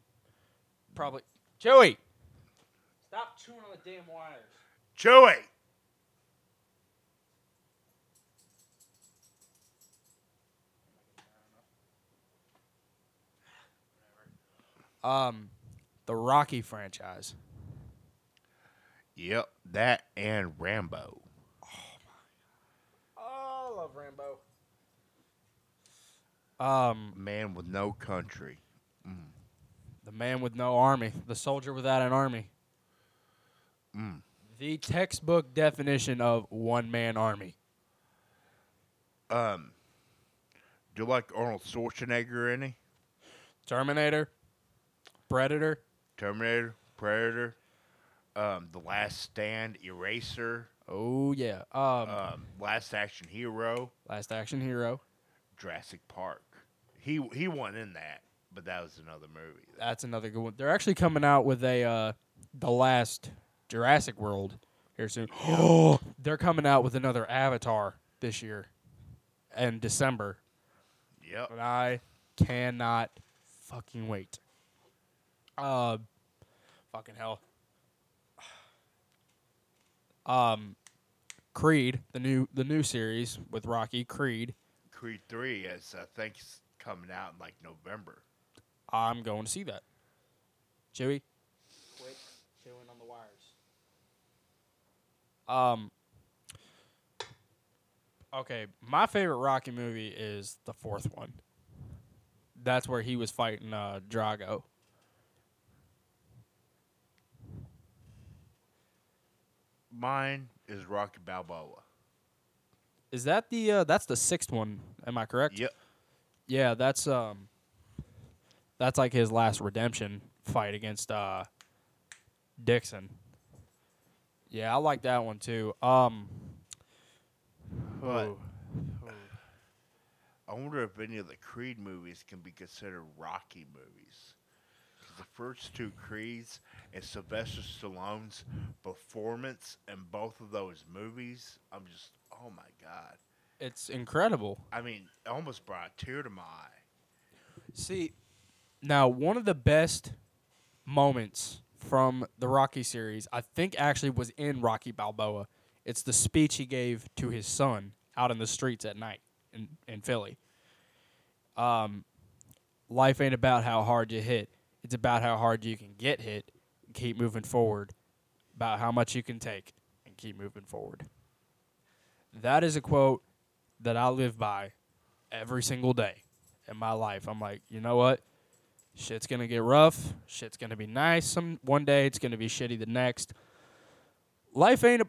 [SPEAKER 1] probably Joey. Stop chewing on the damn wires.
[SPEAKER 2] Chewy.
[SPEAKER 1] Um, the Rocky franchise.
[SPEAKER 2] Yep. That and Rambo.
[SPEAKER 1] Oh, I love Rambo. Um,
[SPEAKER 2] Man with no country.
[SPEAKER 1] the man with no army, the soldier without an army. The textbook definition of one man army.
[SPEAKER 2] Um. Do you like Arnold Schwarzenegger any?
[SPEAKER 1] Terminator, Predator.
[SPEAKER 2] Terminator, Predator, um, The Last Stand, Eraser,
[SPEAKER 1] Oh yeah. Um,
[SPEAKER 2] um, Last Action Hero,
[SPEAKER 1] Last Action Hero.
[SPEAKER 2] Jurassic Park. He he won in that, but that was another movie.
[SPEAKER 1] That's another good one. They're actually coming out with a uh, the last Jurassic World here soon. Oh, they're coming out with another Avatar this year, in December,
[SPEAKER 2] Yep.
[SPEAKER 1] and I cannot fucking wait. Uh, fucking hell. Um, Creed, the new the new series with Rocky Creed.
[SPEAKER 2] Creed Three is I think is coming out in like November.
[SPEAKER 1] I'm going to see that. Chewy. Quit chewing on the wires. Um. Okay, my favorite Rocky movie is the fourth one. That's where he was fighting uh, Drago.
[SPEAKER 2] Mine is Rocky Balboa.
[SPEAKER 1] Is that the uh, that's the sixth one? Am I correct?
[SPEAKER 2] Yep.
[SPEAKER 1] Yeah, that's um. That's like his last redemption fight against uh. Dixon. Yeah, I like that one too. Um.
[SPEAKER 2] But
[SPEAKER 1] ooh.
[SPEAKER 2] I wonder if any of the Creed movies can be considered Rocky movies. 'Cause The first two Creeds and Sylvester Stallone's performance in both of those movies, I'm just, oh my God.
[SPEAKER 1] It's incredible.
[SPEAKER 2] I mean, it almost brought a tear to my eye.
[SPEAKER 1] See, now one of the best moments from the Rocky series, I think actually was in Rocky Balboa. It's the speech he gave to his son out in the streets at night in, in Philly. Um, life ain't about how hard you hit. It's about how hard you can get hit and keep moving forward. About how much you can take and keep moving forward. That is a quote that I live by every single day in my life. I'm like, you know what? Shit's gonna get rough. Shit's gonna be nice some one day. It's gonna be shitty the next. Life ain't a,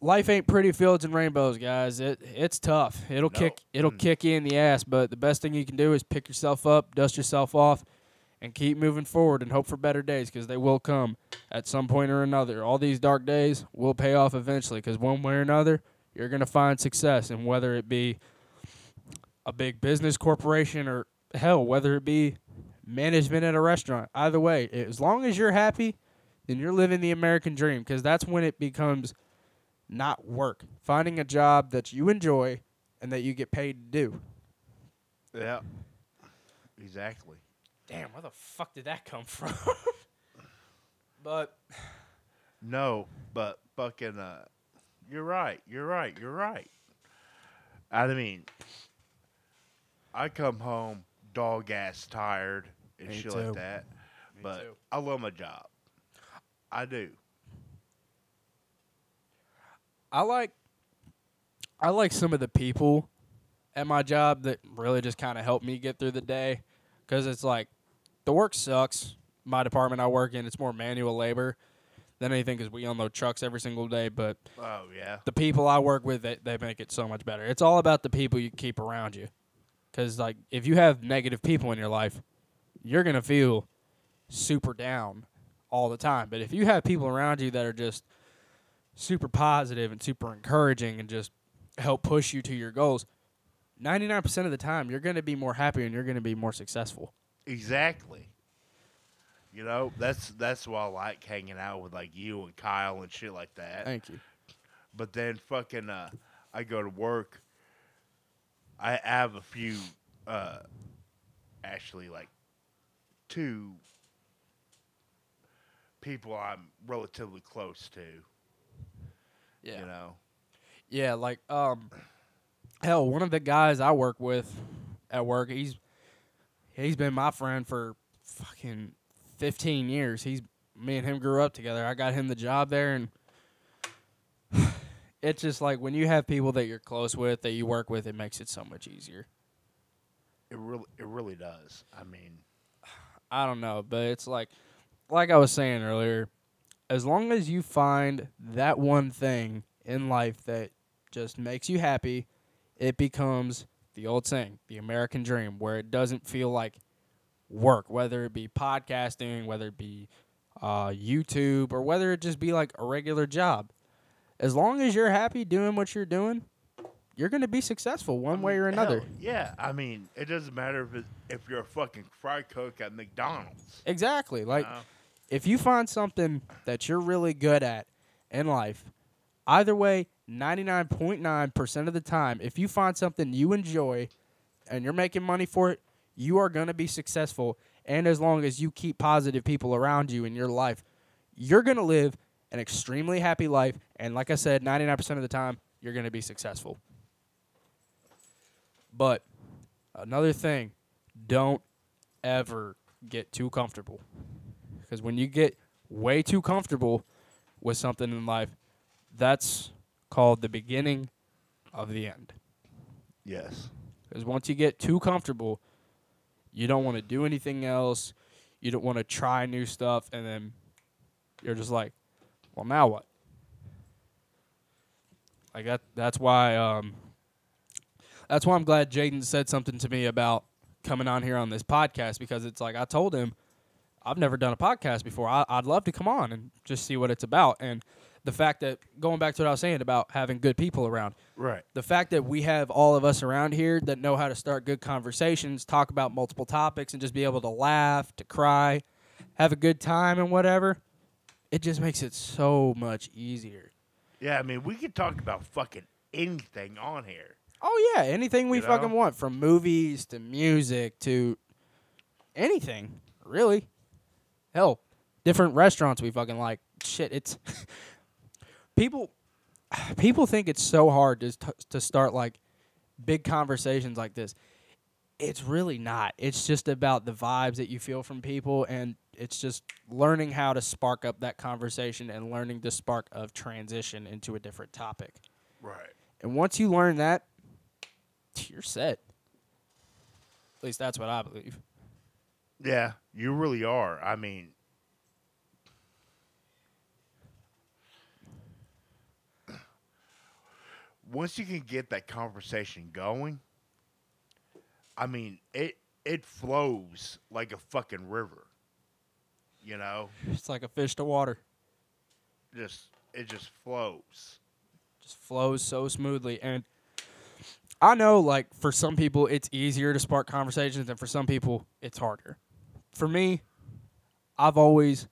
[SPEAKER 1] life ain't pretty fields and rainbows, guys. It it's tough. It'll kick it'll kick you in the ass. But the best thing you can do is pick yourself up, dust yourself off, and keep moving forward and hope for better days because they will come at some point or another. All these dark days will pay off eventually because one way or another, you're gonna find success, and whether it be a big business corporation or hell, whether it be management at a restaurant. Either way, as long as you're happy, then you're living the American dream because that's when it becomes not work. Finding a job that you enjoy and that you get paid to do.
[SPEAKER 2] Yeah. Exactly.
[SPEAKER 1] Damn, where the fuck did that come from? but
[SPEAKER 2] No, but fucking, uh, you're right. You're right. You're right. I mean, I come home dog ass tired and
[SPEAKER 1] Me
[SPEAKER 2] shit
[SPEAKER 1] too.
[SPEAKER 2] like that, but
[SPEAKER 1] too.
[SPEAKER 2] I love my job. I do.
[SPEAKER 1] I like I like some of the people at my job that really just kind of help me get through the day cuz it's like the work sucks. My department I work in, it's more manual labor than anything cuz we unload trucks every single day, but
[SPEAKER 2] Oh yeah.
[SPEAKER 1] the people I work with, they, they make it so much better. It's all about the people you keep around you. Because, like, if you have negative people in your life, you're going to feel super down all the time. But if you have people around you that are just super positive and super encouraging and just help push you to your goals, 99% of the time, you're going to be more happy and you're going to be more successful.
[SPEAKER 2] Exactly. You know, that's that's why I like hanging out with like you and Kyle and shit like that.
[SPEAKER 1] Thank you.
[SPEAKER 2] But then fucking uh I go to work. I have a few uh actually like two people I'm relatively close to,
[SPEAKER 1] Yeah.
[SPEAKER 2] you know.
[SPEAKER 1] Yeah, like um, hell, one of the guys I work with at work, he's he's been my friend for fucking fifteen years. He's me and him grew up together. I got him the job there, and it's just like when you have people that you're close with that you work with, it makes it so much easier.
[SPEAKER 2] It really it really does. I mean,
[SPEAKER 1] I don't know, but it's like like I was saying earlier, as long as you find that one thing in life that just makes you happy, it becomes the old saying, the American dream, where it doesn't feel like work, whether it be podcasting, whether it be uh, YouTube, or whether it just be like a regular job. As long as you're happy doing what you're doing, you're going to be successful one way or another.
[SPEAKER 2] hell, yeah, I mean, it doesn't matter if it, if you're a fucking fry cook at McDonald's.
[SPEAKER 1] Exactly. Like, if you find something that you're really good at in life, either way, 99.9% of the time, if you find something you enjoy and you're making money for it, you are going to be successful. And as long as you keep positive people around you in your life, you're going to live an extremely happy life. And like I said, 99% of the time, you're going to be successful. But another thing, don't ever get too comfortable. Because when you get way too comfortable with something in life, that's called the beginning of the end.
[SPEAKER 2] Yes.
[SPEAKER 1] Because once you get too comfortable, you don't want to do anything else. You don't want to try new stuff. And then you're just like, well, now what? Like that. That's why. Um, that's why I'm glad Jaden said something to me about coming on here on this podcast because it's like I told him I've never done a podcast before. I, I'd love to come on and just see what it's about. And the fact that going back to what I was saying about having good people around,
[SPEAKER 2] Right.
[SPEAKER 1] the fact that we have all of us around here that know how to start good conversations, talk about multiple topics, and just be able to laugh, to cry, have a good time, and whatever, it just makes it so much easier.
[SPEAKER 2] Yeah, I mean, we could talk about fucking anything on here.
[SPEAKER 1] Oh yeah, anything we
[SPEAKER 2] You know?
[SPEAKER 1] fucking want, from movies to music to anything, really. Hell, different restaurants we fucking like. Shit, it's people. People think it's so hard to st- to start like big conversations like this. It's really not. It's just about the vibes that you feel from people, and it's just learning how to spark up that conversation and learning the spark of transition into a different topic.
[SPEAKER 2] Right.
[SPEAKER 1] And once you learn that, you're set. At least that's what I believe.
[SPEAKER 2] Yeah, you really are. I mean, once you can get that conversation going, I mean, it it flows like a fucking river. You know,
[SPEAKER 1] It's like a fish to water.
[SPEAKER 2] just it just flows.
[SPEAKER 1] Just flows so smoothly and I know like for some people it's easier to spark conversations and for some people it's harder. For me, I've always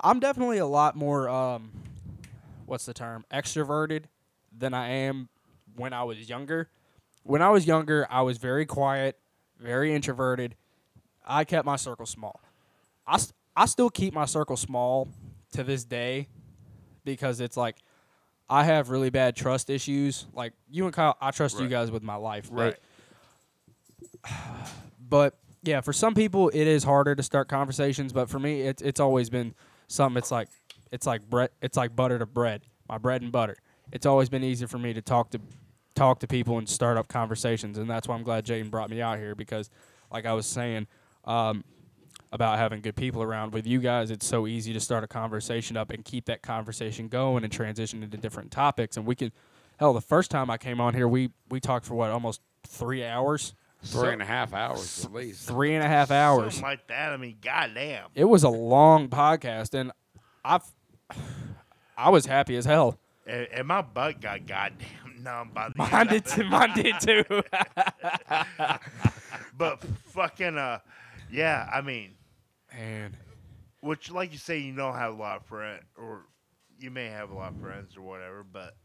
[SPEAKER 1] I'm definitely a lot more um, what's the term extroverted than I am when I was younger. When I was younger, I was very quiet, very introverted. I kept my circle small. I st- I still keep my circle small to this day because it's like I have really bad trust issues. Like you and Kyle, I trust you
[SPEAKER 3] Right.
[SPEAKER 1] guys with my life, but-
[SPEAKER 3] Right.
[SPEAKER 1] but yeah, for some people it is harder to start conversations, but for me it's it's always been something it's like it's like bread it's like butter to bread. My bread and butter. It's always been easier for me to talk to talk to people and start up conversations and that's why I'm glad Jaden brought me out here because like I was saying, um, about having good people around with you guys it's so easy to start a conversation up and keep that conversation going and transition into different topics and we can hell the first time i came on here we we talked for what almost three hours
[SPEAKER 3] Three and a half hours at least.
[SPEAKER 1] three and a half hours
[SPEAKER 2] Something like that. I mean, goddamn.
[SPEAKER 1] it was a long podcast and i i was happy as hell
[SPEAKER 2] And, and my butt got goddamn numb by the
[SPEAKER 1] mine
[SPEAKER 2] end
[SPEAKER 1] did
[SPEAKER 2] of it.
[SPEAKER 1] too mine did too
[SPEAKER 2] But fucking, uh, yeah, I mean,
[SPEAKER 1] man
[SPEAKER 2] which, like you say, you don't have a lot of friends, or you may have a lot of friends or whatever, but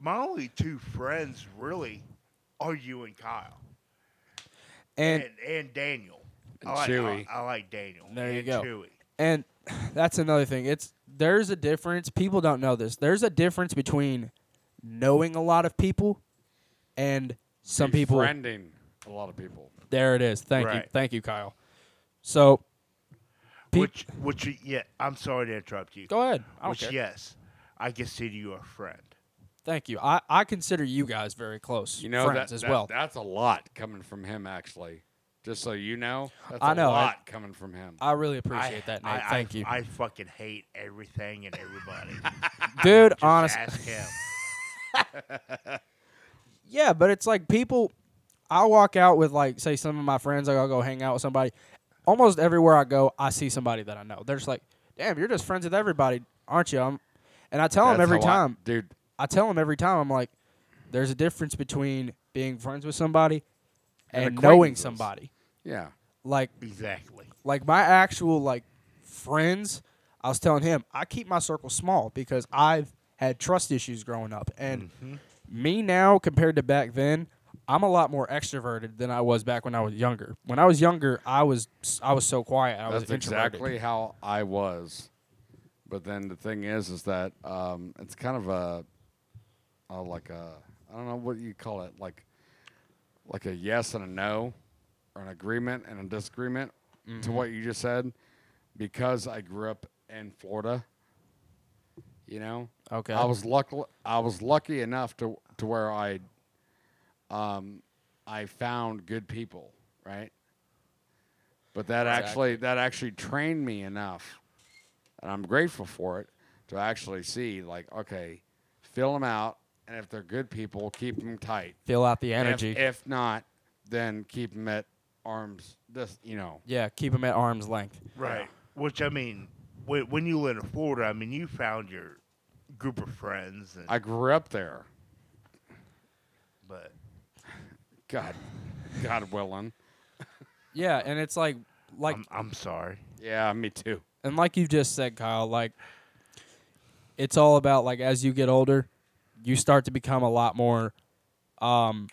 [SPEAKER 2] my only two friends really are you and Kyle and,
[SPEAKER 1] and
[SPEAKER 2] and, Daniel.
[SPEAKER 3] And
[SPEAKER 2] I like,
[SPEAKER 3] Chewy.
[SPEAKER 2] I, I like Daniel.
[SPEAKER 1] There you
[SPEAKER 2] and
[SPEAKER 1] go.
[SPEAKER 2] Chewy.
[SPEAKER 1] and that's another thing it's there's a difference people don't know this there's a difference between knowing a lot of people and some people
[SPEAKER 3] Befriending a lot of people.
[SPEAKER 1] there it is thank you
[SPEAKER 2] Right.
[SPEAKER 1] thank you kyle so Pe-
[SPEAKER 2] which, which, you- yeah, I'm sorry to interrupt you.
[SPEAKER 1] go ahead I don't
[SPEAKER 2] which,
[SPEAKER 1] care.
[SPEAKER 2] yes, I consider you a friend.
[SPEAKER 1] thank you I, I consider you guys very close
[SPEAKER 3] You know
[SPEAKER 1] friends
[SPEAKER 3] that,
[SPEAKER 1] as
[SPEAKER 3] that-
[SPEAKER 1] well
[SPEAKER 3] That's a lot coming from him, actually. Just so you know, that's
[SPEAKER 1] I
[SPEAKER 3] a
[SPEAKER 1] know, I-
[SPEAKER 3] lot coming from him.
[SPEAKER 1] i really appreciate that
[SPEAKER 2] I-
[SPEAKER 1] nate
[SPEAKER 2] I-
[SPEAKER 1] thank
[SPEAKER 2] I-
[SPEAKER 1] you
[SPEAKER 2] I fucking hate everything and everybody.
[SPEAKER 1] dude
[SPEAKER 2] Honestly,
[SPEAKER 1] honestly
[SPEAKER 2] ask him.
[SPEAKER 1] Yeah, but it's like people. I walk out with like say some of my friends. Like I'll go hang out with somebody. Almost everywhere I go, I see somebody that I know. They're just like, "Damn, you're just friends with everybody, aren't you?" I'm, and I tell them
[SPEAKER 3] That's
[SPEAKER 1] every
[SPEAKER 3] how I-
[SPEAKER 1] time.
[SPEAKER 3] dude.
[SPEAKER 1] I, tell them every time. I'm like, "There's a difference between being friends with somebody
[SPEAKER 3] And
[SPEAKER 1] and knowing
[SPEAKER 3] acquaintances.
[SPEAKER 1] somebody."
[SPEAKER 3] Yeah,
[SPEAKER 1] Like
[SPEAKER 2] Exactly.
[SPEAKER 1] like my actual like friends i was telling him i keep my circle small because i've had trust issues growing up and
[SPEAKER 3] Mm-hmm.
[SPEAKER 1] me now compared to back then i'm a lot more extroverted than i was back when i was younger when i was younger i was i was so quiet i
[SPEAKER 3] that's
[SPEAKER 1] was introverted.
[SPEAKER 3] exactly how I was. But then the thing is, is that um, it's kind of a, a like a I don't know what you call it, like like a yes and a no, or an agreement and a disagreement
[SPEAKER 1] Mm-hmm.
[SPEAKER 3] to what you just said, because I grew up in Florida. You know,
[SPEAKER 1] okay
[SPEAKER 3] I was lucky. I was lucky enough to to where I, um, I found good people, right? But that actually that actually trained me enough, and I'm grateful for it to actually see like okay, fill them out, and if they're good people, keep them tight.
[SPEAKER 1] fill out the
[SPEAKER 3] And if-
[SPEAKER 1] energy
[SPEAKER 3] If, not, then keep them at arms. This you know.
[SPEAKER 1] yeah keep them at arm's length
[SPEAKER 2] Right. Which I mean, when, when you live in Florida, I mean, you found your group of friends, and,
[SPEAKER 3] I grew up there.
[SPEAKER 2] but
[SPEAKER 3] God, God willing.
[SPEAKER 1] yeah and it's like like
[SPEAKER 2] I'm, I'm sorry.
[SPEAKER 3] Yeah, me too.
[SPEAKER 1] and like you just said, Kyle, like it's all about like as you get older, you start to become a lot more um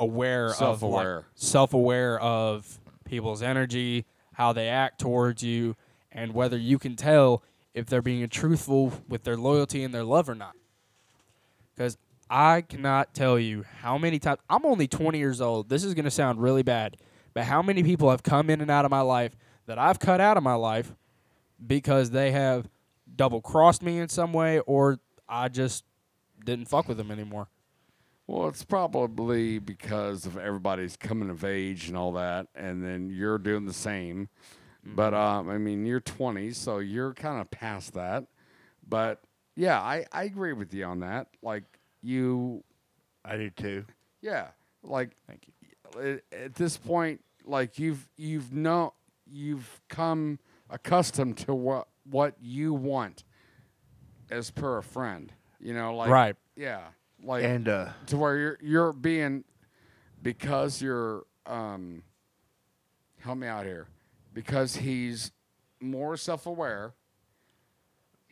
[SPEAKER 1] aware of
[SPEAKER 3] Self-aware.
[SPEAKER 1] like, self-aware of people's energy, how they act towards you, and whether you can tell if they're being truthful with their loyalty and their love or not. Cuz I cannot tell you how many times I'm only 20 years old. This is going to sound really bad, but how many people have come in and out of my life that I've cut out of my life because they have double crossed me in some way or I just didn't fuck with them anymore.
[SPEAKER 3] Well, it's probably because of everybody's coming of age and all that, and then you're doing the same. But
[SPEAKER 1] Mm-hmm.
[SPEAKER 3] um, I mean, you're 20, so you're kind of past that. But yeah, I, I agree with you on that. Like you,
[SPEAKER 2] I do too.
[SPEAKER 3] yeah, like
[SPEAKER 1] Thank you.
[SPEAKER 3] at, at this point, like you've you've no you've come accustomed to what what you want as per a friend. You know, like
[SPEAKER 1] Right.
[SPEAKER 3] Yeah, like
[SPEAKER 2] And uh,
[SPEAKER 3] to where you're you're being because you're um help me out here because he's more self aware.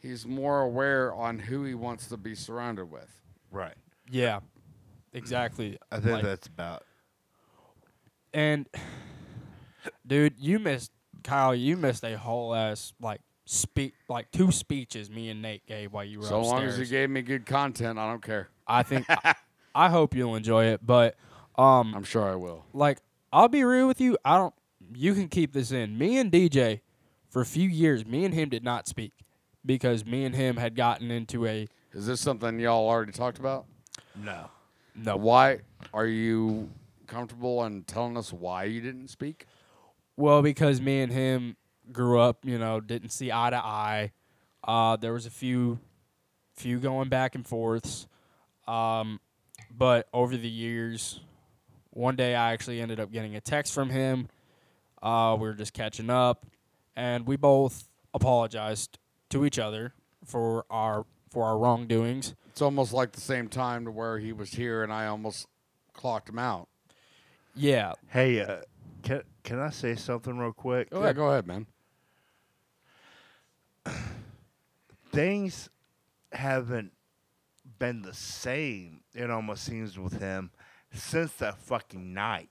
[SPEAKER 3] He's more aware on who he wants to be surrounded with.
[SPEAKER 2] Right.
[SPEAKER 1] Yeah, exactly.
[SPEAKER 2] I think
[SPEAKER 1] Like-
[SPEAKER 2] that's about.
[SPEAKER 1] And dude, you missed Kyle. You missed a whole ass like speak like two speeches me and Nate gave while you were
[SPEAKER 3] So
[SPEAKER 1] upstairs.
[SPEAKER 3] long as you gave me good content, I don't care.
[SPEAKER 1] I think I, I hope you'll enjoy it. But um,
[SPEAKER 3] I'm sure I will.
[SPEAKER 1] like I'll be real with you. I don't. You can keep this in. Me and DJ for a few years. Me and him did not speak because me and him had gotten into a
[SPEAKER 3] Is this something y'all already talked about?
[SPEAKER 2] No.
[SPEAKER 1] no.
[SPEAKER 3] Why are you comfortable in telling us why you didn't speak?
[SPEAKER 1] Well, because me and him grew up, you know, didn't see eye to eye. Uh, there was a few, few going back and forths, um, but over the years, one day I actually ended up getting a text from him. Uh, we were just catching up, and we both apologized to each other for our for our wrongdoings.
[SPEAKER 3] It's almost like the same time to where he was here and I almost clocked him out.
[SPEAKER 1] Yeah,
[SPEAKER 2] Hey, uh, can can I say something real quick?
[SPEAKER 3] yeah, go ahead, man.
[SPEAKER 2] Things haven't been the same. It almost seems with him since that fucking night.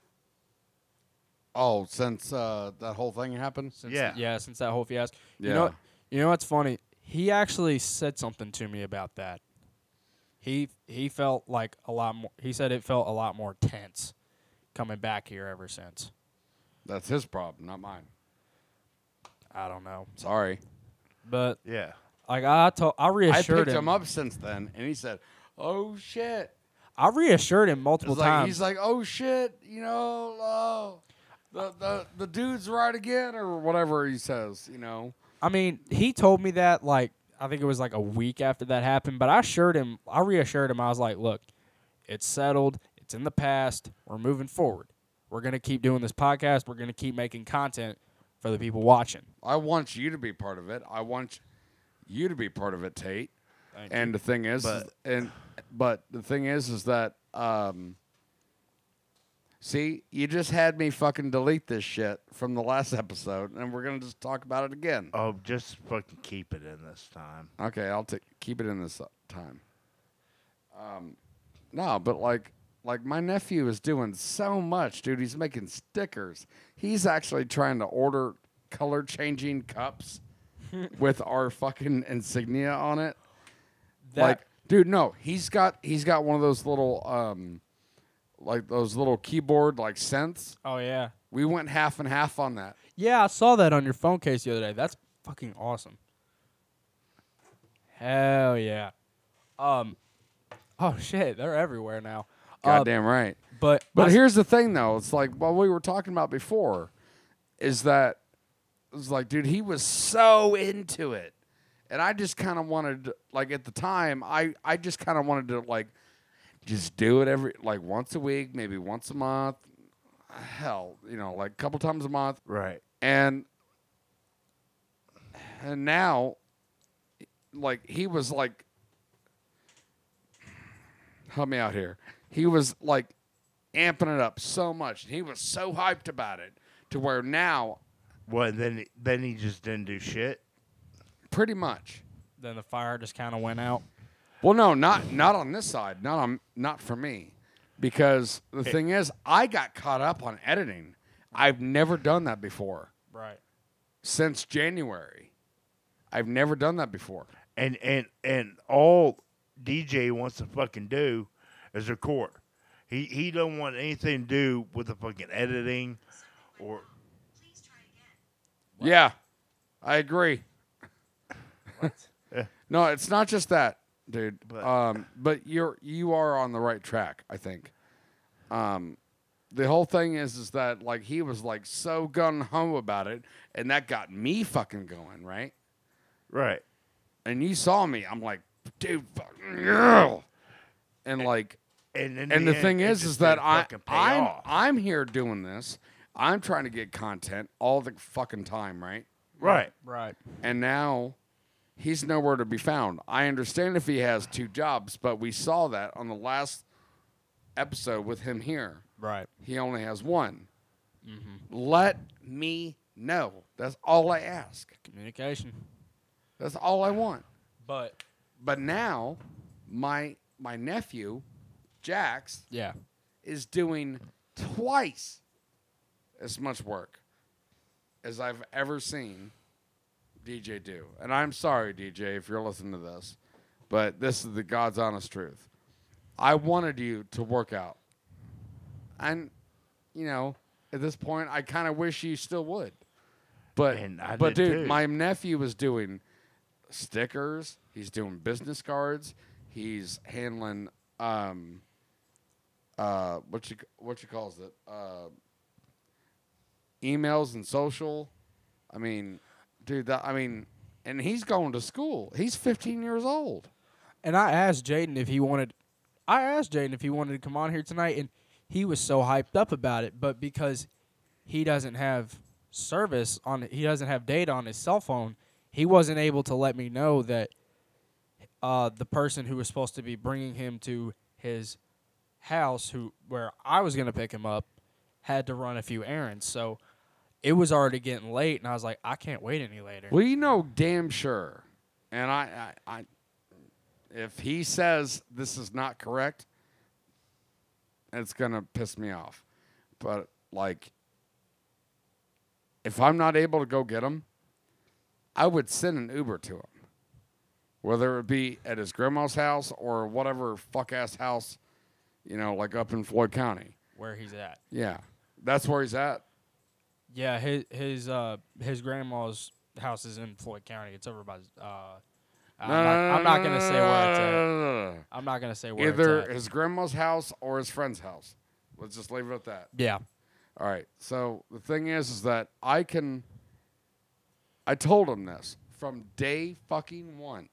[SPEAKER 3] Oh, since uh, that whole thing happened?
[SPEAKER 1] since
[SPEAKER 2] Yeah.
[SPEAKER 1] yeah, since that whole fiasco. You know,
[SPEAKER 3] Yeah.
[SPEAKER 1] you know what's funny? He actually said something to me about that. He he felt like a lot more. He said it felt a lot more tense coming back here ever since.
[SPEAKER 3] That's his problem, not mine.
[SPEAKER 1] I don't know,
[SPEAKER 3] Sorry.
[SPEAKER 1] but
[SPEAKER 2] Yeah.
[SPEAKER 1] like I told, I
[SPEAKER 3] I
[SPEAKER 1] reassured
[SPEAKER 3] picked
[SPEAKER 1] him.
[SPEAKER 3] him up since then and he said, oh shit.
[SPEAKER 1] I reassured him
[SPEAKER 3] It's
[SPEAKER 1] multiple
[SPEAKER 3] like,
[SPEAKER 1] times.
[SPEAKER 3] He's like, oh shit, you know, oh, the, the, the dude's right again or whatever he says, you know.
[SPEAKER 1] I mean, he told me that like I think it was like a week after that happened, but I assured him, I reassured him, I was like, look, it's settled, it's in the past, we're moving forward. We're gonna keep doing this podcast, we're gonna keep making content for the people watching.
[SPEAKER 3] I want you to be part of it. I want you to be part of it, Tate. and the thing is,
[SPEAKER 2] But-
[SPEAKER 3] and but the thing is, is that um, see, you just had me fucking delete this shit from the last episode, and we're gonna just talk about it again.
[SPEAKER 2] Oh, just fucking keep it in this time.
[SPEAKER 3] Okay, I'll t- keep it in this uh, time. Um, no, but like, like my nephew is doing so much, dude. He's making stickers. He's actually trying to order color changing cups with our fucking insignia on it.
[SPEAKER 1] That
[SPEAKER 3] like, dude, no, he's got he's got one of those little um, like those little keyboard like synths.
[SPEAKER 1] oh yeah.
[SPEAKER 3] We went half and half on that.
[SPEAKER 1] Yeah, I saw that on your phone case the other day. That's fucking awesome. Hell yeah. Um oh shit, they're everywhere now. Uh,
[SPEAKER 3] Goddamn right.
[SPEAKER 1] but
[SPEAKER 3] But
[SPEAKER 1] my-
[SPEAKER 3] here's the thing, though. It's like what we were talking about before is that it's like, dude, he was so into it, and I just kind of wanted, like, at the time, I I just kind of wanted to like just do it every like once a week, maybe once a month, hell, you know, like a couple times a month,
[SPEAKER 2] Right.
[SPEAKER 3] and and now like he was like help me out here he was like amping it up so much and he was so hyped about it to where now
[SPEAKER 2] Well, then then he just didn't do shit.
[SPEAKER 3] pretty much
[SPEAKER 1] then the fire just kinda went out.
[SPEAKER 3] well no not not on this side not on not for me because the thing is i got caught up on editing i've never done that before
[SPEAKER 1] Right.
[SPEAKER 3] since january i've never done that before
[SPEAKER 2] and and and all DJ wants to fucking do is record. He he don't want anything to do with the fucking editing or
[SPEAKER 3] Yeah, I agree. no, it's not just that, dude. But,
[SPEAKER 2] But-
[SPEAKER 3] um, but you're you are on the right track, I think. Um, the whole thing is is that like he was like so gun ho about it, and that got me fucking going, right?
[SPEAKER 2] right.
[SPEAKER 3] And you saw me, I'm like, dude, fucking yeah. and like
[SPEAKER 2] And in
[SPEAKER 3] and the,
[SPEAKER 2] end,
[SPEAKER 3] thing
[SPEAKER 2] it
[SPEAKER 3] is,
[SPEAKER 2] just
[SPEAKER 3] is that
[SPEAKER 2] didn't
[SPEAKER 3] I,
[SPEAKER 2] fucking pay
[SPEAKER 3] I'm,
[SPEAKER 2] off.
[SPEAKER 3] I'm here doing this. I'm trying to get content all the fucking time, right?
[SPEAKER 2] right.
[SPEAKER 1] Right.
[SPEAKER 3] and now he's nowhere to be found. I understand if he has two jobs, but we saw that on the last episode with him here.
[SPEAKER 1] Right.
[SPEAKER 3] He only has one. Let me No, that's all I ask.
[SPEAKER 1] Communication.
[SPEAKER 3] That's all I want.
[SPEAKER 1] But
[SPEAKER 3] But now, my my nephew, Jax,
[SPEAKER 1] yeah,
[SPEAKER 3] is doing twice as much work as I've ever seen DJ do. And I'm sorry, DJ, if you're listening to this, but this is the God's honest truth. I wanted you to work out. And, you know, at this point, I kind of wish you still would. But,
[SPEAKER 2] And I
[SPEAKER 3] but
[SPEAKER 2] did
[SPEAKER 3] dude,
[SPEAKER 2] too.
[SPEAKER 3] my nephew was doing stickers, he's doing business cards, he's handling. Um, uh, what you what you calls it uh, emails and social. I mean, dude, that I mean, and he's going to school. He's 15 years old.
[SPEAKER 1] and I asked Jaden if he wanted. I asked Jaden if he wanted to come on here tonight, and he was so hyped up about it. But because he doesn't have service on, he doesn't have data on his cell phone, he wasn't able to let me know that uh, the person who was supposed to be bringing him to his house, who where I was going to pick him up, had to run a few errands. So it was already getting late, and I was like, I can't wait any later.
[SPEAKER 3] We know damn sure, and I, I, I if he says this is not correct, it's gonna piss me off. But like, if I'm not able to go get him, I would send an Uber to him, whether it be at his grandma's house or whatever fuck ass house, you know, like up in Floyd County.
[SPEAKER 1] where he's at.
[SPEAKER 3] Yeah, that's where he's at.
[SPEAKER 1] Yeah, his his uh his grandma's house is in Floyd County. It's over by uh I'm
[SPEAKER 3] No, no,
[SPEAKER 1] not,
[SPEAKER 3] no,
[SPEAKER 1] I'm not
[SPEAKER 3] no,
[SPEAKER 1] gonna
[SPEAKER 3] no,
[SPEAKER 1] say
[SPEAKER 3] no,
[SPEAKER 1] where it's
[SPEAKER 3] no,
[SPEAKER 1] at.
[SPEAKER 3] no, no, no, no.
[SPEAKER 1] I'm not gonna say where
[SPEAKER 3] either
[SPEAKER 1] it's at.
[SPEAKER 3] his grandma's house or his friend's house. Let's just leave it at that.
[SPEAKER 1] Yeah.
[SPEAKER 3] All right. So the thing is, is that I can. I told him this from day fucking one.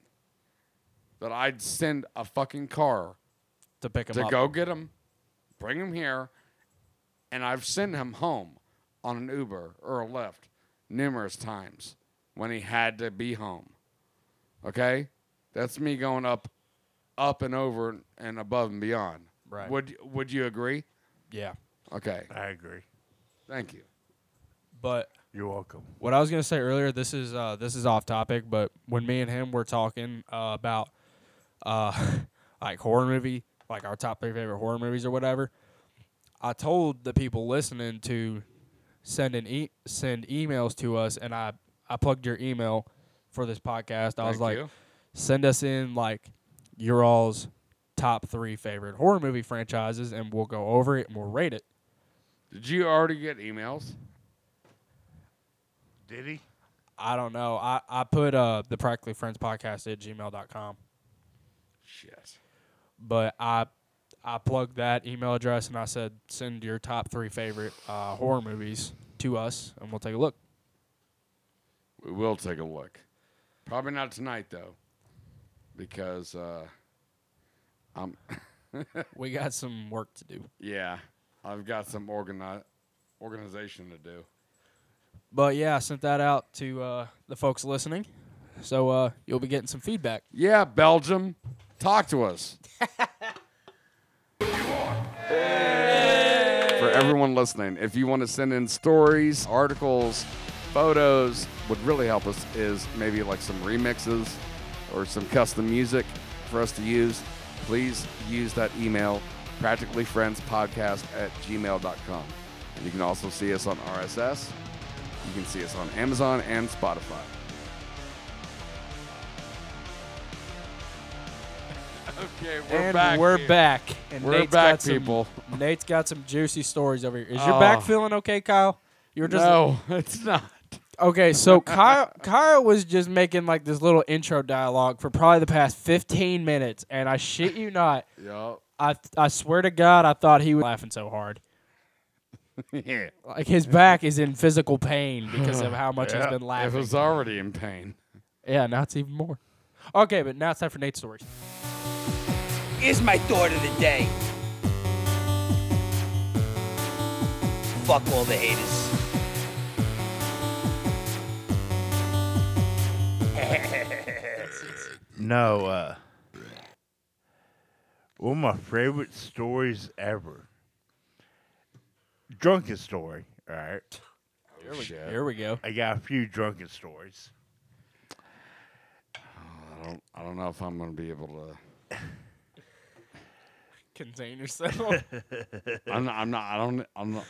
[SPEAKER 3] That I'd send a fucking car
[SPEAKER 1] To pick him
[SPEAKER 3] to
[SPEAKER 1] up.
[SPEAKER 3] go get him, bring him here, and I've sent him home on an Uber or a Lyft numerous times when he had to be home. Okay, that's me going up, up and over and above and beyond.
[SPEAKER 1] Right. Uh,
[SPEAKER 3] Would Would you agree?
[SPEAKER 1] Yeah.
[SPEAKER 3] Okay.
[SPEAKER 2] I agree.
[SPEAKER 3] Thank you.
[SPEAKER 1] But
[SPEAKER 2] You're welcome.
[SPEAKER 1] what I was gonna say earlier, this is uh, this is off topic, but when me and him were talking uh, about uh, like horror movie, like our top three favorite horror movies or whatever, I told the people listening to send an e- send emails to us, and I I plugged your email for this podcast. I was
[SPEAKER 3] Thank
[SPEAKER 1] like,
[SPEAKER 3] you.
[SPEAKER 1] send us in like your all's top three favorite horror movie franchises, and we'll go over it and we'll rate it.
[SPEAKER 3] Did you already get emails?
[SPEAKER 2] Did he?
[SPEAKER 1] I don't know. I, I put uh, the Practically Friends podcast at gmail.com.
[SPEAKER 3] Shit.
[SPEAKER 1] but I I plugged that email address and I said send your top three favorite uh, horror movies to us and we'll take a look.
[SPEAKER 3] We will take a look. Probably not tonight though, because uh, I'm.
[SPEAKER 1] We got some work to do.
[SPEAKER 3] Yeah, I've got some organi- organization to do.
[SPEAKER 1] But yeah, I sent that out to uh, the folks listening, so uh, you'll be getting some feedback.
[SPEAKER 3] Yeah, Belgium, talk to us. For everyone listening, if you want to send in stories, articles, photos, what really help us is maybe like some remixes or some custom music for us to use. Please use that email, practicallyfriendspodcast at gmail.com. And you can also see us on RSS. You can see us on Amazon and Spotify. Okay, we're
[SPEAKER 1] and
[SPEAKER 3] back.
[SPEAKER 1] we're back. And
[SPEAKER 3] We're
[SPEAKER 1] Nate's
[SPEAKER 3] back,
[SPEAKER 1] got some,
[SPEAKER 3] people.
[SPEAKER 1] Nate's got some juicy stories over here. Is your back
[SPEAKER 3] Oh.
[SPEAKER 1] feeling okay, Kyle? You're just
[SPEAKER 3] No, it's not.
[SPEAKER 1] Okay, so Kyle, Kyle was just making like this little intro dialogue for probably the past 15 minutes, and I shit you not,
[SPEAKER 3] Yup.
[SPEAKER 1] I I swear to God, I thought he was laughing so hard.
[SPEAKER 3] yeah.
[SPEAKER 1] Like his back is in physical pain because of how much he's been
[SPEAKER 3] It
[SPEAKER 1] laughing.
[SPEAKER 3] was already in pain.
[SPEAKER 1] yeah, now it's even more. Okay, but now it's time for Nate's stories.
[SPEAKER 8] Here's my thought of the day. Fuck all the haters.
[SPEAKER 2] No, uh, one of my favorite stories ever. Drunken story, all right?
[SPEAKER 1] Here we,
[SPEAKER 3] shit.
[SPEAKER 1] here we go.
[SPEAKER 2] I got a few drunken stories.
[SPEAKER 3] I don't. I don't know if I'm gonna be able to.
[SPEAKER 1] Contain yourself.
[SPEAKER 3] I'm not. I'm not. I don't. I'm not.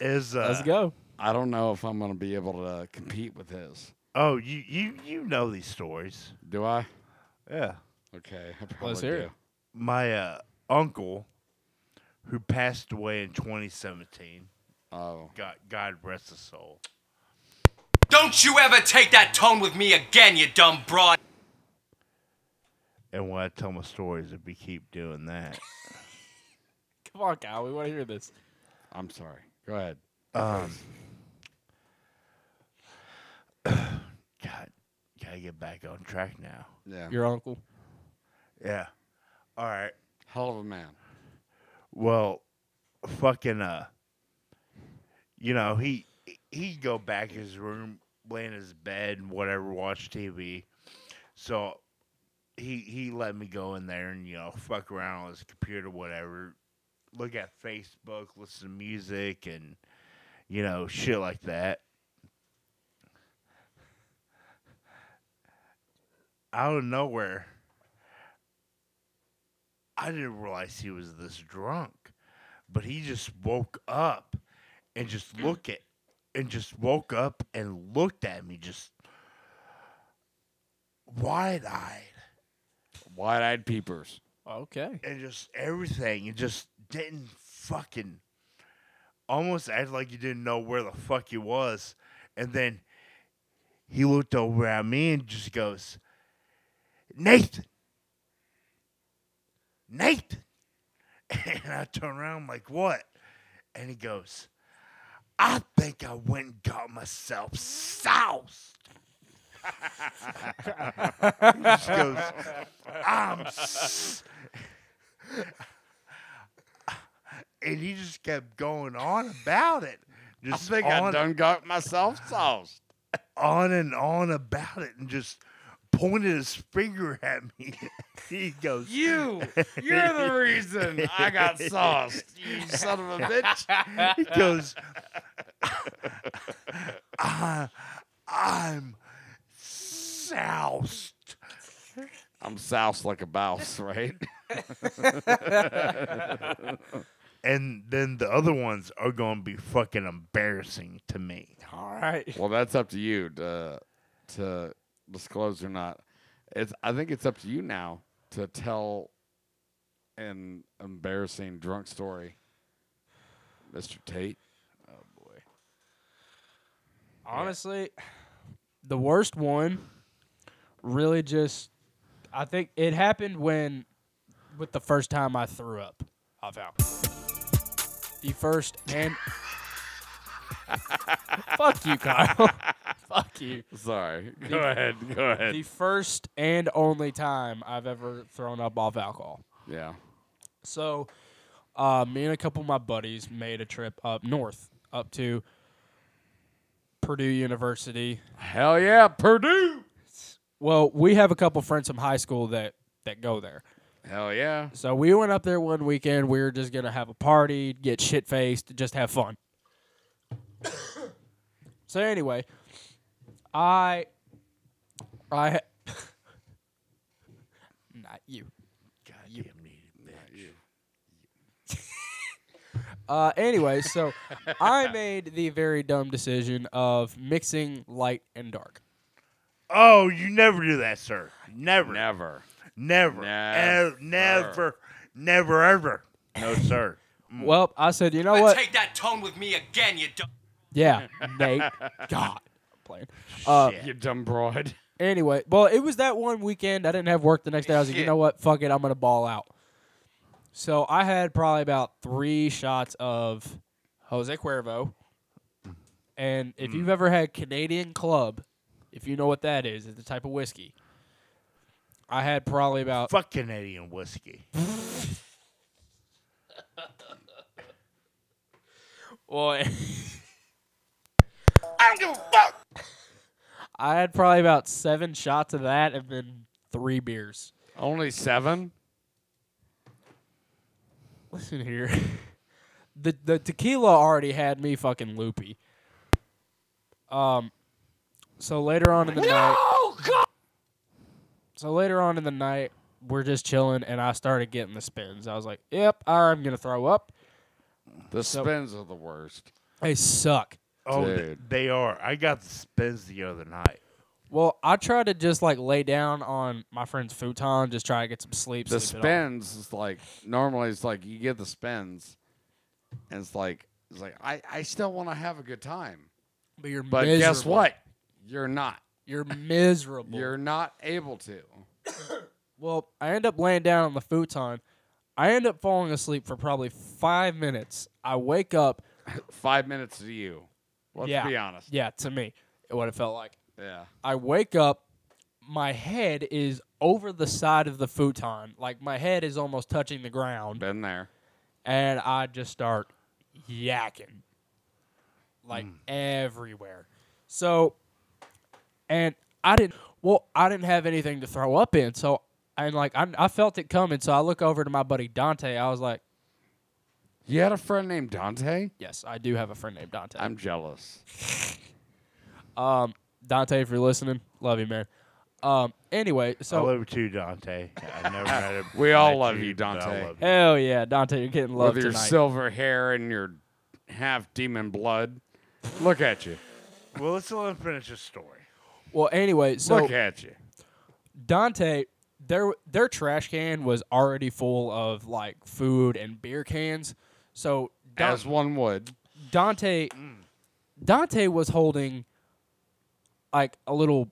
[SPEAKER 2] Is uh,
[SPEAKER 1] Let's go.
[SPEAKER 3] I don't know if I'm gonna be able to compete with his.
[SPEAKER 2] Oh, you you you know these stories.
[SPEAKER 3] Do I?
[SPEAKER 2] Yeah.
[SPEAKER 3] Okay. I probably
[SPEAKER 1] hear
[SPEAKER 3] do.
[SPEAKER 1] it.
[SPEAKER 2] My uh, uncle, who passed away in 2017,
[SPEAKER 3] Oh,
[SPEAKER 2] God God rest his soul.
[SPEAKER 6] Don't you ever take that tone with me again, you dumb broad.
[SPEAKER 2] And when I tell my stories, if we keep doing that,
[SPEAKER 1] Come on, Kyle. We want to hear this.
[SPEAKER 3] I'm sorry. Go ahead.
[SPEAKER 2] um, God, gotta get back on track now.
[SPEAKER 3] Yeah.
[SPEAKER 1] Your uncle.
[SPEAKER 2] Yeah. All right.
[SPEAKER 3] Hell of a man.
[SPEAKER 2] Well, fucking uh, you know he he'd go back to his room, lay in his bed, whatever, watch TV. So he he let me go in there and you know fuck around on his computer, whatever. Look at Facebook, listen to music, and you know shit like that. Out of nowhere, I didn't realize he was this drunk, but he just woke up and just look at and just woke up and looked at me just wide eyed
[SPEAKER 3] Wide-eyed peepers.
[SPEAKER 1] Okay.
[SPEAKER 2] and just everything and just didn't fucking almost act like you didn't know where the fuck he was and then he looked over at me and just goes nathan nathan and i turn around I'm like what and he goes i think i went and got myself soused he just goes i'm s- and he just kept going on about it. Just
[SPEAKER 3] think I
[SPEAKER 2] on,
[SPEAKER 3] done got myself sauced.
[SPEAKER 2] on and on about it and just pointed his finger at me. he goes,
[SPEAKER 3] You, you're the reason I got sauced. You son of a bitch.
[SPEAKER 2] he goes, I, I'm soused.
[SPEAKER 3] I'm soused like a bouse, right?
[SPEAKER 2] And then the other ones are going to be fucking embarrassing to me.
[SPEAKER 1] All right.
[SPEAKER 3] Well, that's up to you to to disclose or not. It's I think it's up to you now to tell an embarrassing drunk story, Mister Tate.
[SPEAKER 1] Honestly, the worst one really just I think it happened when with the first time I threw up. I found the first and fuck you, Kyle. fuck you.
[SPEAKER 3] Sorry. Go ahead. Go ahead.
[SPEAKER 1] The first and only time I've ever thrown up off alcohol.
[SPEAKER 3] Yeah.
[SPEAKER 1] So, uh, me and a couple of my buddies made a trip up north, up to Purdue University.
[SPEAKER 3] Hell yeah, Purdue.
[SPEAKER 1] Well, we have a couple friends from high school that that go there.
[SPEAKER 3] Hell yeah.
[SPEAKER 1] So we went up there one weekend. We were just gonna have a party, get shit faced, just have fun. so anyway, I, I, not you.
[SPEAKER 2] God damn me, bitch.
[SPEAKER 1] Uh, anyway, so I made the very dumb decision of mixing light and dark.
[SPEAKER 2] Oh, you never do that, sir.
[SPEAKER 3] Never.
[SPEAKER 2] Never.
[SPEAKER 3] Never.
[SPEAKER 2] Never. Never. Never ever. No, sir.
[SPEAKER 1] Well, I said, you know
[SPEAKER 6] Ever
[SPEAKER 1] what?
[SPEAKER 6] Take that tone with me again, you dumb.
[SPEAKER 1] Yeah, Nate. God, I'm playing. Uh,
[SPEAKER 2] Shit.
[SPEAKER 3] You dumb broad.
[SPEAKER 1] Anyway, well, it was that one weekend. I didn't have work the next day. I was like, you know what? Fuck it. I'm gonna ball out. So I had probably about three shots of Jose Cuervo. And if
[SPEAKER 2] Mm.
[SPEAKER 1] you've ever had Canadian Club, if you know what that is, it's the type of whiskey. I had probably about
[SPEAKER 2] Fuck Canadian whiskey.
[SPEAKER 1] Well, I don't give a fuck. I had probably about seven shots of that and then three beers.
[SPEAKER 3] Only seven.
[SPEAKER 1] Listen here. the the tequila already had me fucking loopy. Um, so later on in the night, so later on in the night, we're just chilling, and I started getting the spins. I was like, "Yep, I'm gonna throw up.
[SPEAKER 3] The spins are the worst.
[SPEAKER 1] They suck."
[SPEAKER 2] Oh, th-
[SPEAKER 3] Dude.
[SPEAKER 2] they are. I got the spins the other night.
[SPEAKER 1] Well, I tried to just like lay down on my friend's futon, just try to get some sleep.
[SPEAKER 3] The
[SPEAKER 1] sleep it off.
[SPEAKER 3] spins is like normally it's like you get the spins, and it's like it's like I I still want to have a good time,
[SPEAKER 1] but you're
[SPEAKER 3] but
[SPEAKER 1] miserable.
[SPEAKER 3] guess what? You're not.
[SPEAKER 1] You're miserable.
[SPEAKER 3] You're not able to.
[SPEAKER 1] Well, I end up laying down on the futon. I end up falling asleep for probably five minutes. I wake up.
[SPEAKER 3] Five minutes to you. Let's
[SPEAKER 1] yeah,
[SPEAKER 3] be honest.
[SPEAKER 1] Yeah, to me, what it felt like.
[SPEAKER 3] Yeah.
[SPEAKER 1] I wake up. My head is over the side of the futon. Like my head is almost touching the ground,
[SPEAKER 3] Been there.
[SPEAKER 1] and I just start yakking, like everywhere. So, and I didn't. Well, I didn't have anything to throw up in, so and like I, I felt it coming. So I look over to my buddy Dante. I was like,
[SPEAKER 3] You had a friend named Dante?
[SPEAKER 1] Yes, I do have a friend named Dante.
[SPEAKER 3] I'm jealous.
[SPEAKER 1] um, Dante, if you're listening, love you, man. Um, anyway,
[SPEAKER 2] I
[SPEAKER 1] so
[SPEAKER 2] love you too, Dante. I never had a
[SPEAKER 3] We all
[SPEAKER 2] met
[SPEAKER 3] love you,
[SPEAKER 2] but I
[SPEAKER 3] Dante.
[SPEAKER 2] love you.
[SPEAKER 1] hell yeah, Dante, you're getting love
[SPEAKER 3] With your
[SPEAKER 1] tonight.
[SPEAKER 3] silver hair and your half demon blood. Look at you.
[SPEAKER 2] Well, let's let him finish his story.
[SPEAKER 1] well, anyway, so
[SPEAKER 3] Look at you.
[SPEAKER 1] Dante, their their trash can was already full of like food and beer cans. So Don-
[SPEAKER 3] As one would.
[SPEAKER 1] Dante, Dante was holding like a little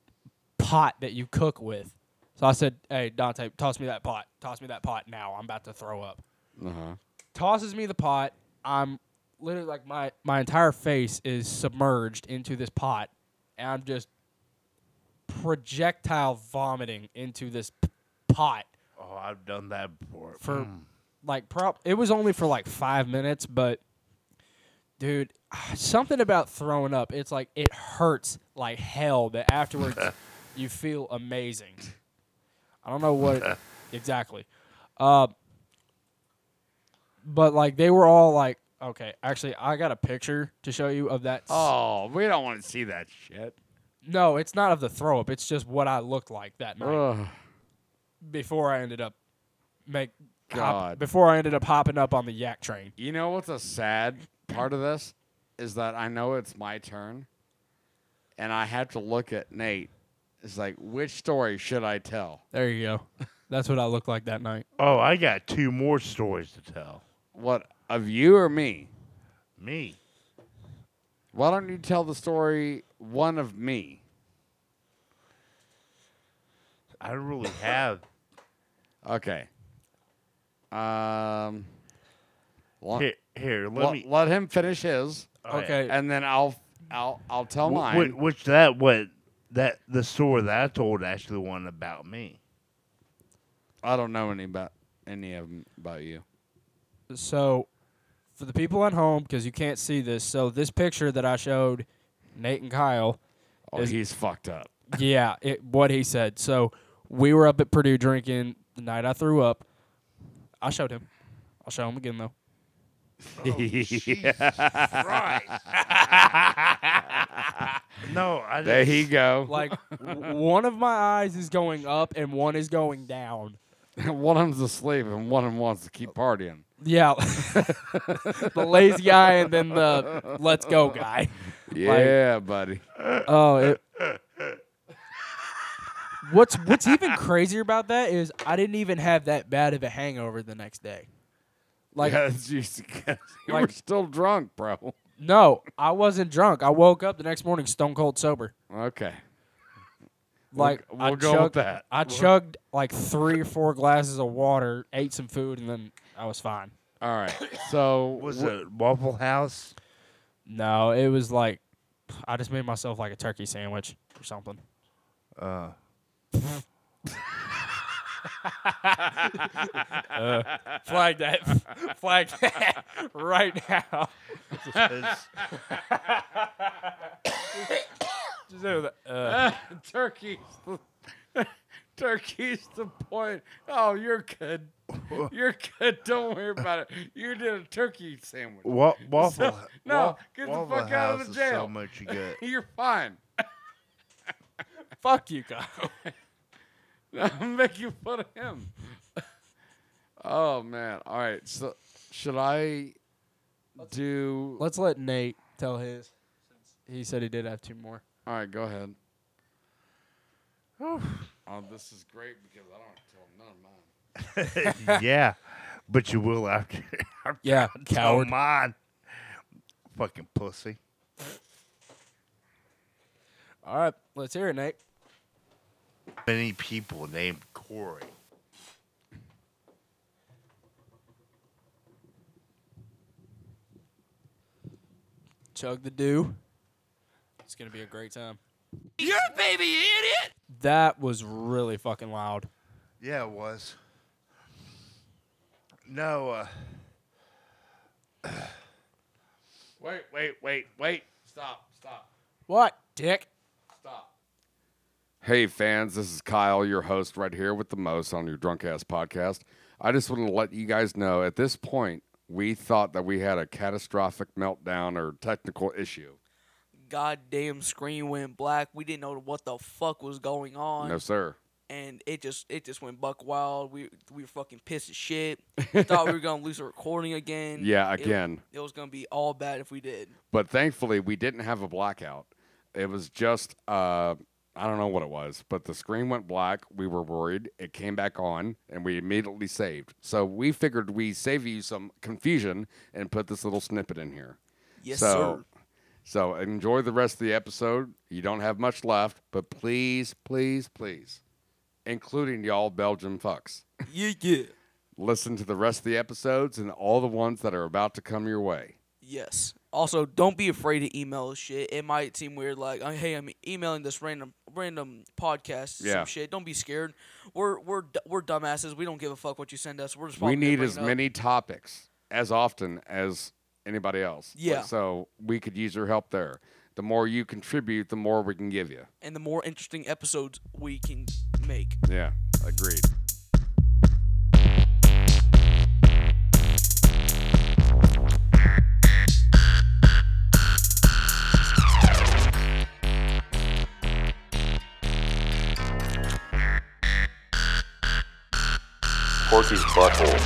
[SPEAKER 1] pot that you cook with. So I said, "Hey, Dante, toss me that pot. Toss me that pot now. I'm about to throw up."
[SPEAKER 3] Uh-huh.
[SPEAKER 1] tosses me the pot. I'm literally like my my entire face is submerged into this pot, and I'm just projectile vomiting into this p- pot
[SPEAKER 2] Oh, I've done that before.
[SPEAKER 1] for
[SPEAKER 3] Mm.
[SPEAKER 1] like prop. It was only for like five minutes, but dude, something about throwing up. It's like it hurts like hell, but afterwards you feel amazing. I don't know what exactly, uh, but like they were all like, okay. Actually, I got a picture to show you of that. s-
[SPEAKER 3] Oh, we don't want to see that shit.
[SPEAKER 1] No, it's not of the throw up. It's just what I looked like that night
[SPEAKER 3] Ugh.
[SPEAKER 1] before I ended up make. Hop,
[SPEAKER 3] God.
[SPEAKER 1] before I ended up hopping up on the yak train.
[SPEAKER 3] You know what's a sad part of this is that I know it's my turn, and I have to look at Nate. It's like, which story should I tell?
[SPEAKER 1] There you go. That's what I looked like that night.
[SPEAKER 2] Oh, I got two more stories to tell.
[SPEAKER 3] What of you or me?
[SPEAKER 2] Me.
[SPEAKER 3] Why don't you tell the story one of me?
[SPEAKER 2] I don't really have.
[SPEAKER 3] Okay. Um. lo-
[SPEAKER 2] Here, here let
[SPEAKER 3] lo-
[SPEAKER 2] me.
[SPEAKER 3] let him finish his,
[SPEAKER 2] all right.
[SPEAKER 1] okay.
[SPEAKER 3] and then I'll I'll I'll tell
[SPEAKER 2] Wh-
[SPEAKER 3] mine.
[SPEAKER 2] whi- which that what that the story that I told actually one about me.
[SPEAKER 3] I don't know any about any of them about you.
[SPEAKER 1] So, for the people at home, because you can't see this, so this picture that I showed Nate and Kyle,
[SPEAKER 3] Oh,
[SPEAKER 1] Is-
[SPEAKER 3] he's fucked up.
[SPEAKER 1] yeah, it, what he said. So, we were up at Purdue drinking the night I threw up. I showed him. I'll show him again, though.
[SPEAKER 2] Oh, No, I
[SPEAKER 3] There he
[SPEAKER 2] didn't-
[SPEAKER 3] go.
[SPEAKER 1] Like, w- one of my eyes is going up and one is going down.
[SPEAKER 3] one of them's asleep and one of them wants to keep partying.
[SPEAKER 1] Yeah. the lazy eye and then the let's go guy.
[SPEAKER 3] Yeah, buddy.
[SPEAKER 1] Oh, it. what's What's even crazier about that is I didn't even have that bad of a hangover the next day. Like,
[SPEAKER 3] Yeah, jeez, you were
[SPEAKER 1] Like-
[SPEAKER 3] still drunk, bro.
[SPEAKER 1] no, I wasn't drunk. I woke up the next morning stone cold sober.
[SPEAKER 3] Okay.
[SPEAKER 1] Like,
[SPEAKER 3] we'll
[SPEAKER 1] I
[SPEAKER 3] go with
[SPEAKER 1] chugged,
[SPEAKER 3] that.
[SPEAKER 1] I chugged like three or four glasses of water, ate some food, and then I was fine.
[SPEAKER 3] All right. So
[SPEAKER 2] was it Waffle House.
[SPEAKER 1] No, it was like I just made myself like a turkey sandwich or something. Uh. flag that. Flag that right now.
[SPEAKER 2] It's-
[SPEAKER 1] Just do that. Uh,
[SPEAKER 3] turkey's the, turkey's the point. Oh, you're good. You're good. Don't worry about it. You did a turkey sandwich.
[SPEAKER 2] Wa- waffle.
[SPEAKER 3] So- no,
[SPEAKER 2] wa-
[SPEAKER 3] get the
[SPEAKER 2] Waffle
[SPEAKER 3] fuck out of
[SPEAKER 2] House
[SPEAKER 3] the
[SPEAKER 2] is
[SPEAKER 3] jail.
[SPEAKER 2] So much you get.
[SPEAKER 3] You're fine.
[SPEAKER 1] Fuck you, Kyle.
[SPEAKER 3] I'm making fun of him. oh man. All right. So should I do?
[SPEAKER 1] Let's let Nate tell his. He said he did have two more.
[SPEAKER 3] All right. Go ahead. Oh, this is great because I don't have to tell none of mine.
[SPEAKER 2] yeah, but you will after. after
[SPEAKER 1] Yeah,
[SPEAKER 2] I tell
[SPEAKER 1] coward.
[SPEAKER 2] mine. Fucking pussy.
[SPEAKER 1] All right, let's hear it, Nate.
[SPEAKER 2] Many people named Corey.
[SPEAKER 1] Chug the dew. It's gonna be a great time.
[SPEAKER 6] Your baby idiot!
[SPEAKER 1] That was really fucking loud.
[SPEAKER 2] Yeah, it was. No. uh...
[SPEAKER 3] Wait, wait, wait, wait. Stop, stop,
[SPEAKER 1] What, Dick?
[SPEAKER 3] stop. Hey, fans, this is Kyle, your host, right here with the most on your drunk ass podcast. I just want to let you guys know at this point, we thought that we had a catastrophic meltdown or technical issue.
[SPEAKER 10] goddamn screen went black. We didn't know what the fuck was going on,
[SPEAKER 3] No, sir.
[SPEAKER 10] and it just it just went buck wild. We we were fucking pissed as shit. Thought we were gonna lose the recording again.
[SPEAKER 3] Yeah,
[SPEAKER 10] It-
[SPEAKER 3] again.
[SPEAKER 10] It, was gonna be all bad if we did.
[SPEAKER 3] But thankfully, we didn't have a blackout. It was just, uh, I don't know what it was, but the screen went black. We were worried. It came back on, and we immediately saved. So we figured we save you some confusion and put this little snippet in here.
[SPEAKER 10] Yes,
[SPEAKER 3] so, So enjoy the rest of the episode. You don't have much left, but please, please, please, including y'all Belgian fucks,
[SPEAKER 10] sir. Yeah, yeah.
[SPEAKER 3] listen to the rest of the episodes and all the ones that are about to come your way.
[SPEAKER 10] Yes. Also, don't be afraid to email us shit. It might seem weird, like, oh, hey, I'm emailing this random random podcast
[SPEAKER 3] Yeah.
[SPEAKER 10] some shit. Don't be scared. We're we're d- we're dumbasses. We don't give a fuck what you send us. We're just
[SPEAKER 3] we
[SPEAKER 10] probably gonna
[SPEAKER 3] need
[SPEAKER 10] bring
[SPEAKER 3] as
[SPEAKER 10] it up.
[SPEAKER 3] many topics as often as anybody else.
[SPEAKER 10] Yeah.
[SPEAKER 3] So we could use your help there. The more you contribute, the more we can give you.
[SPEAKER 10] and the more interesting episodes we can make.
[SPEAKER 3] Yeah, agreed.
[SPEAKER 11] Porky's butthole.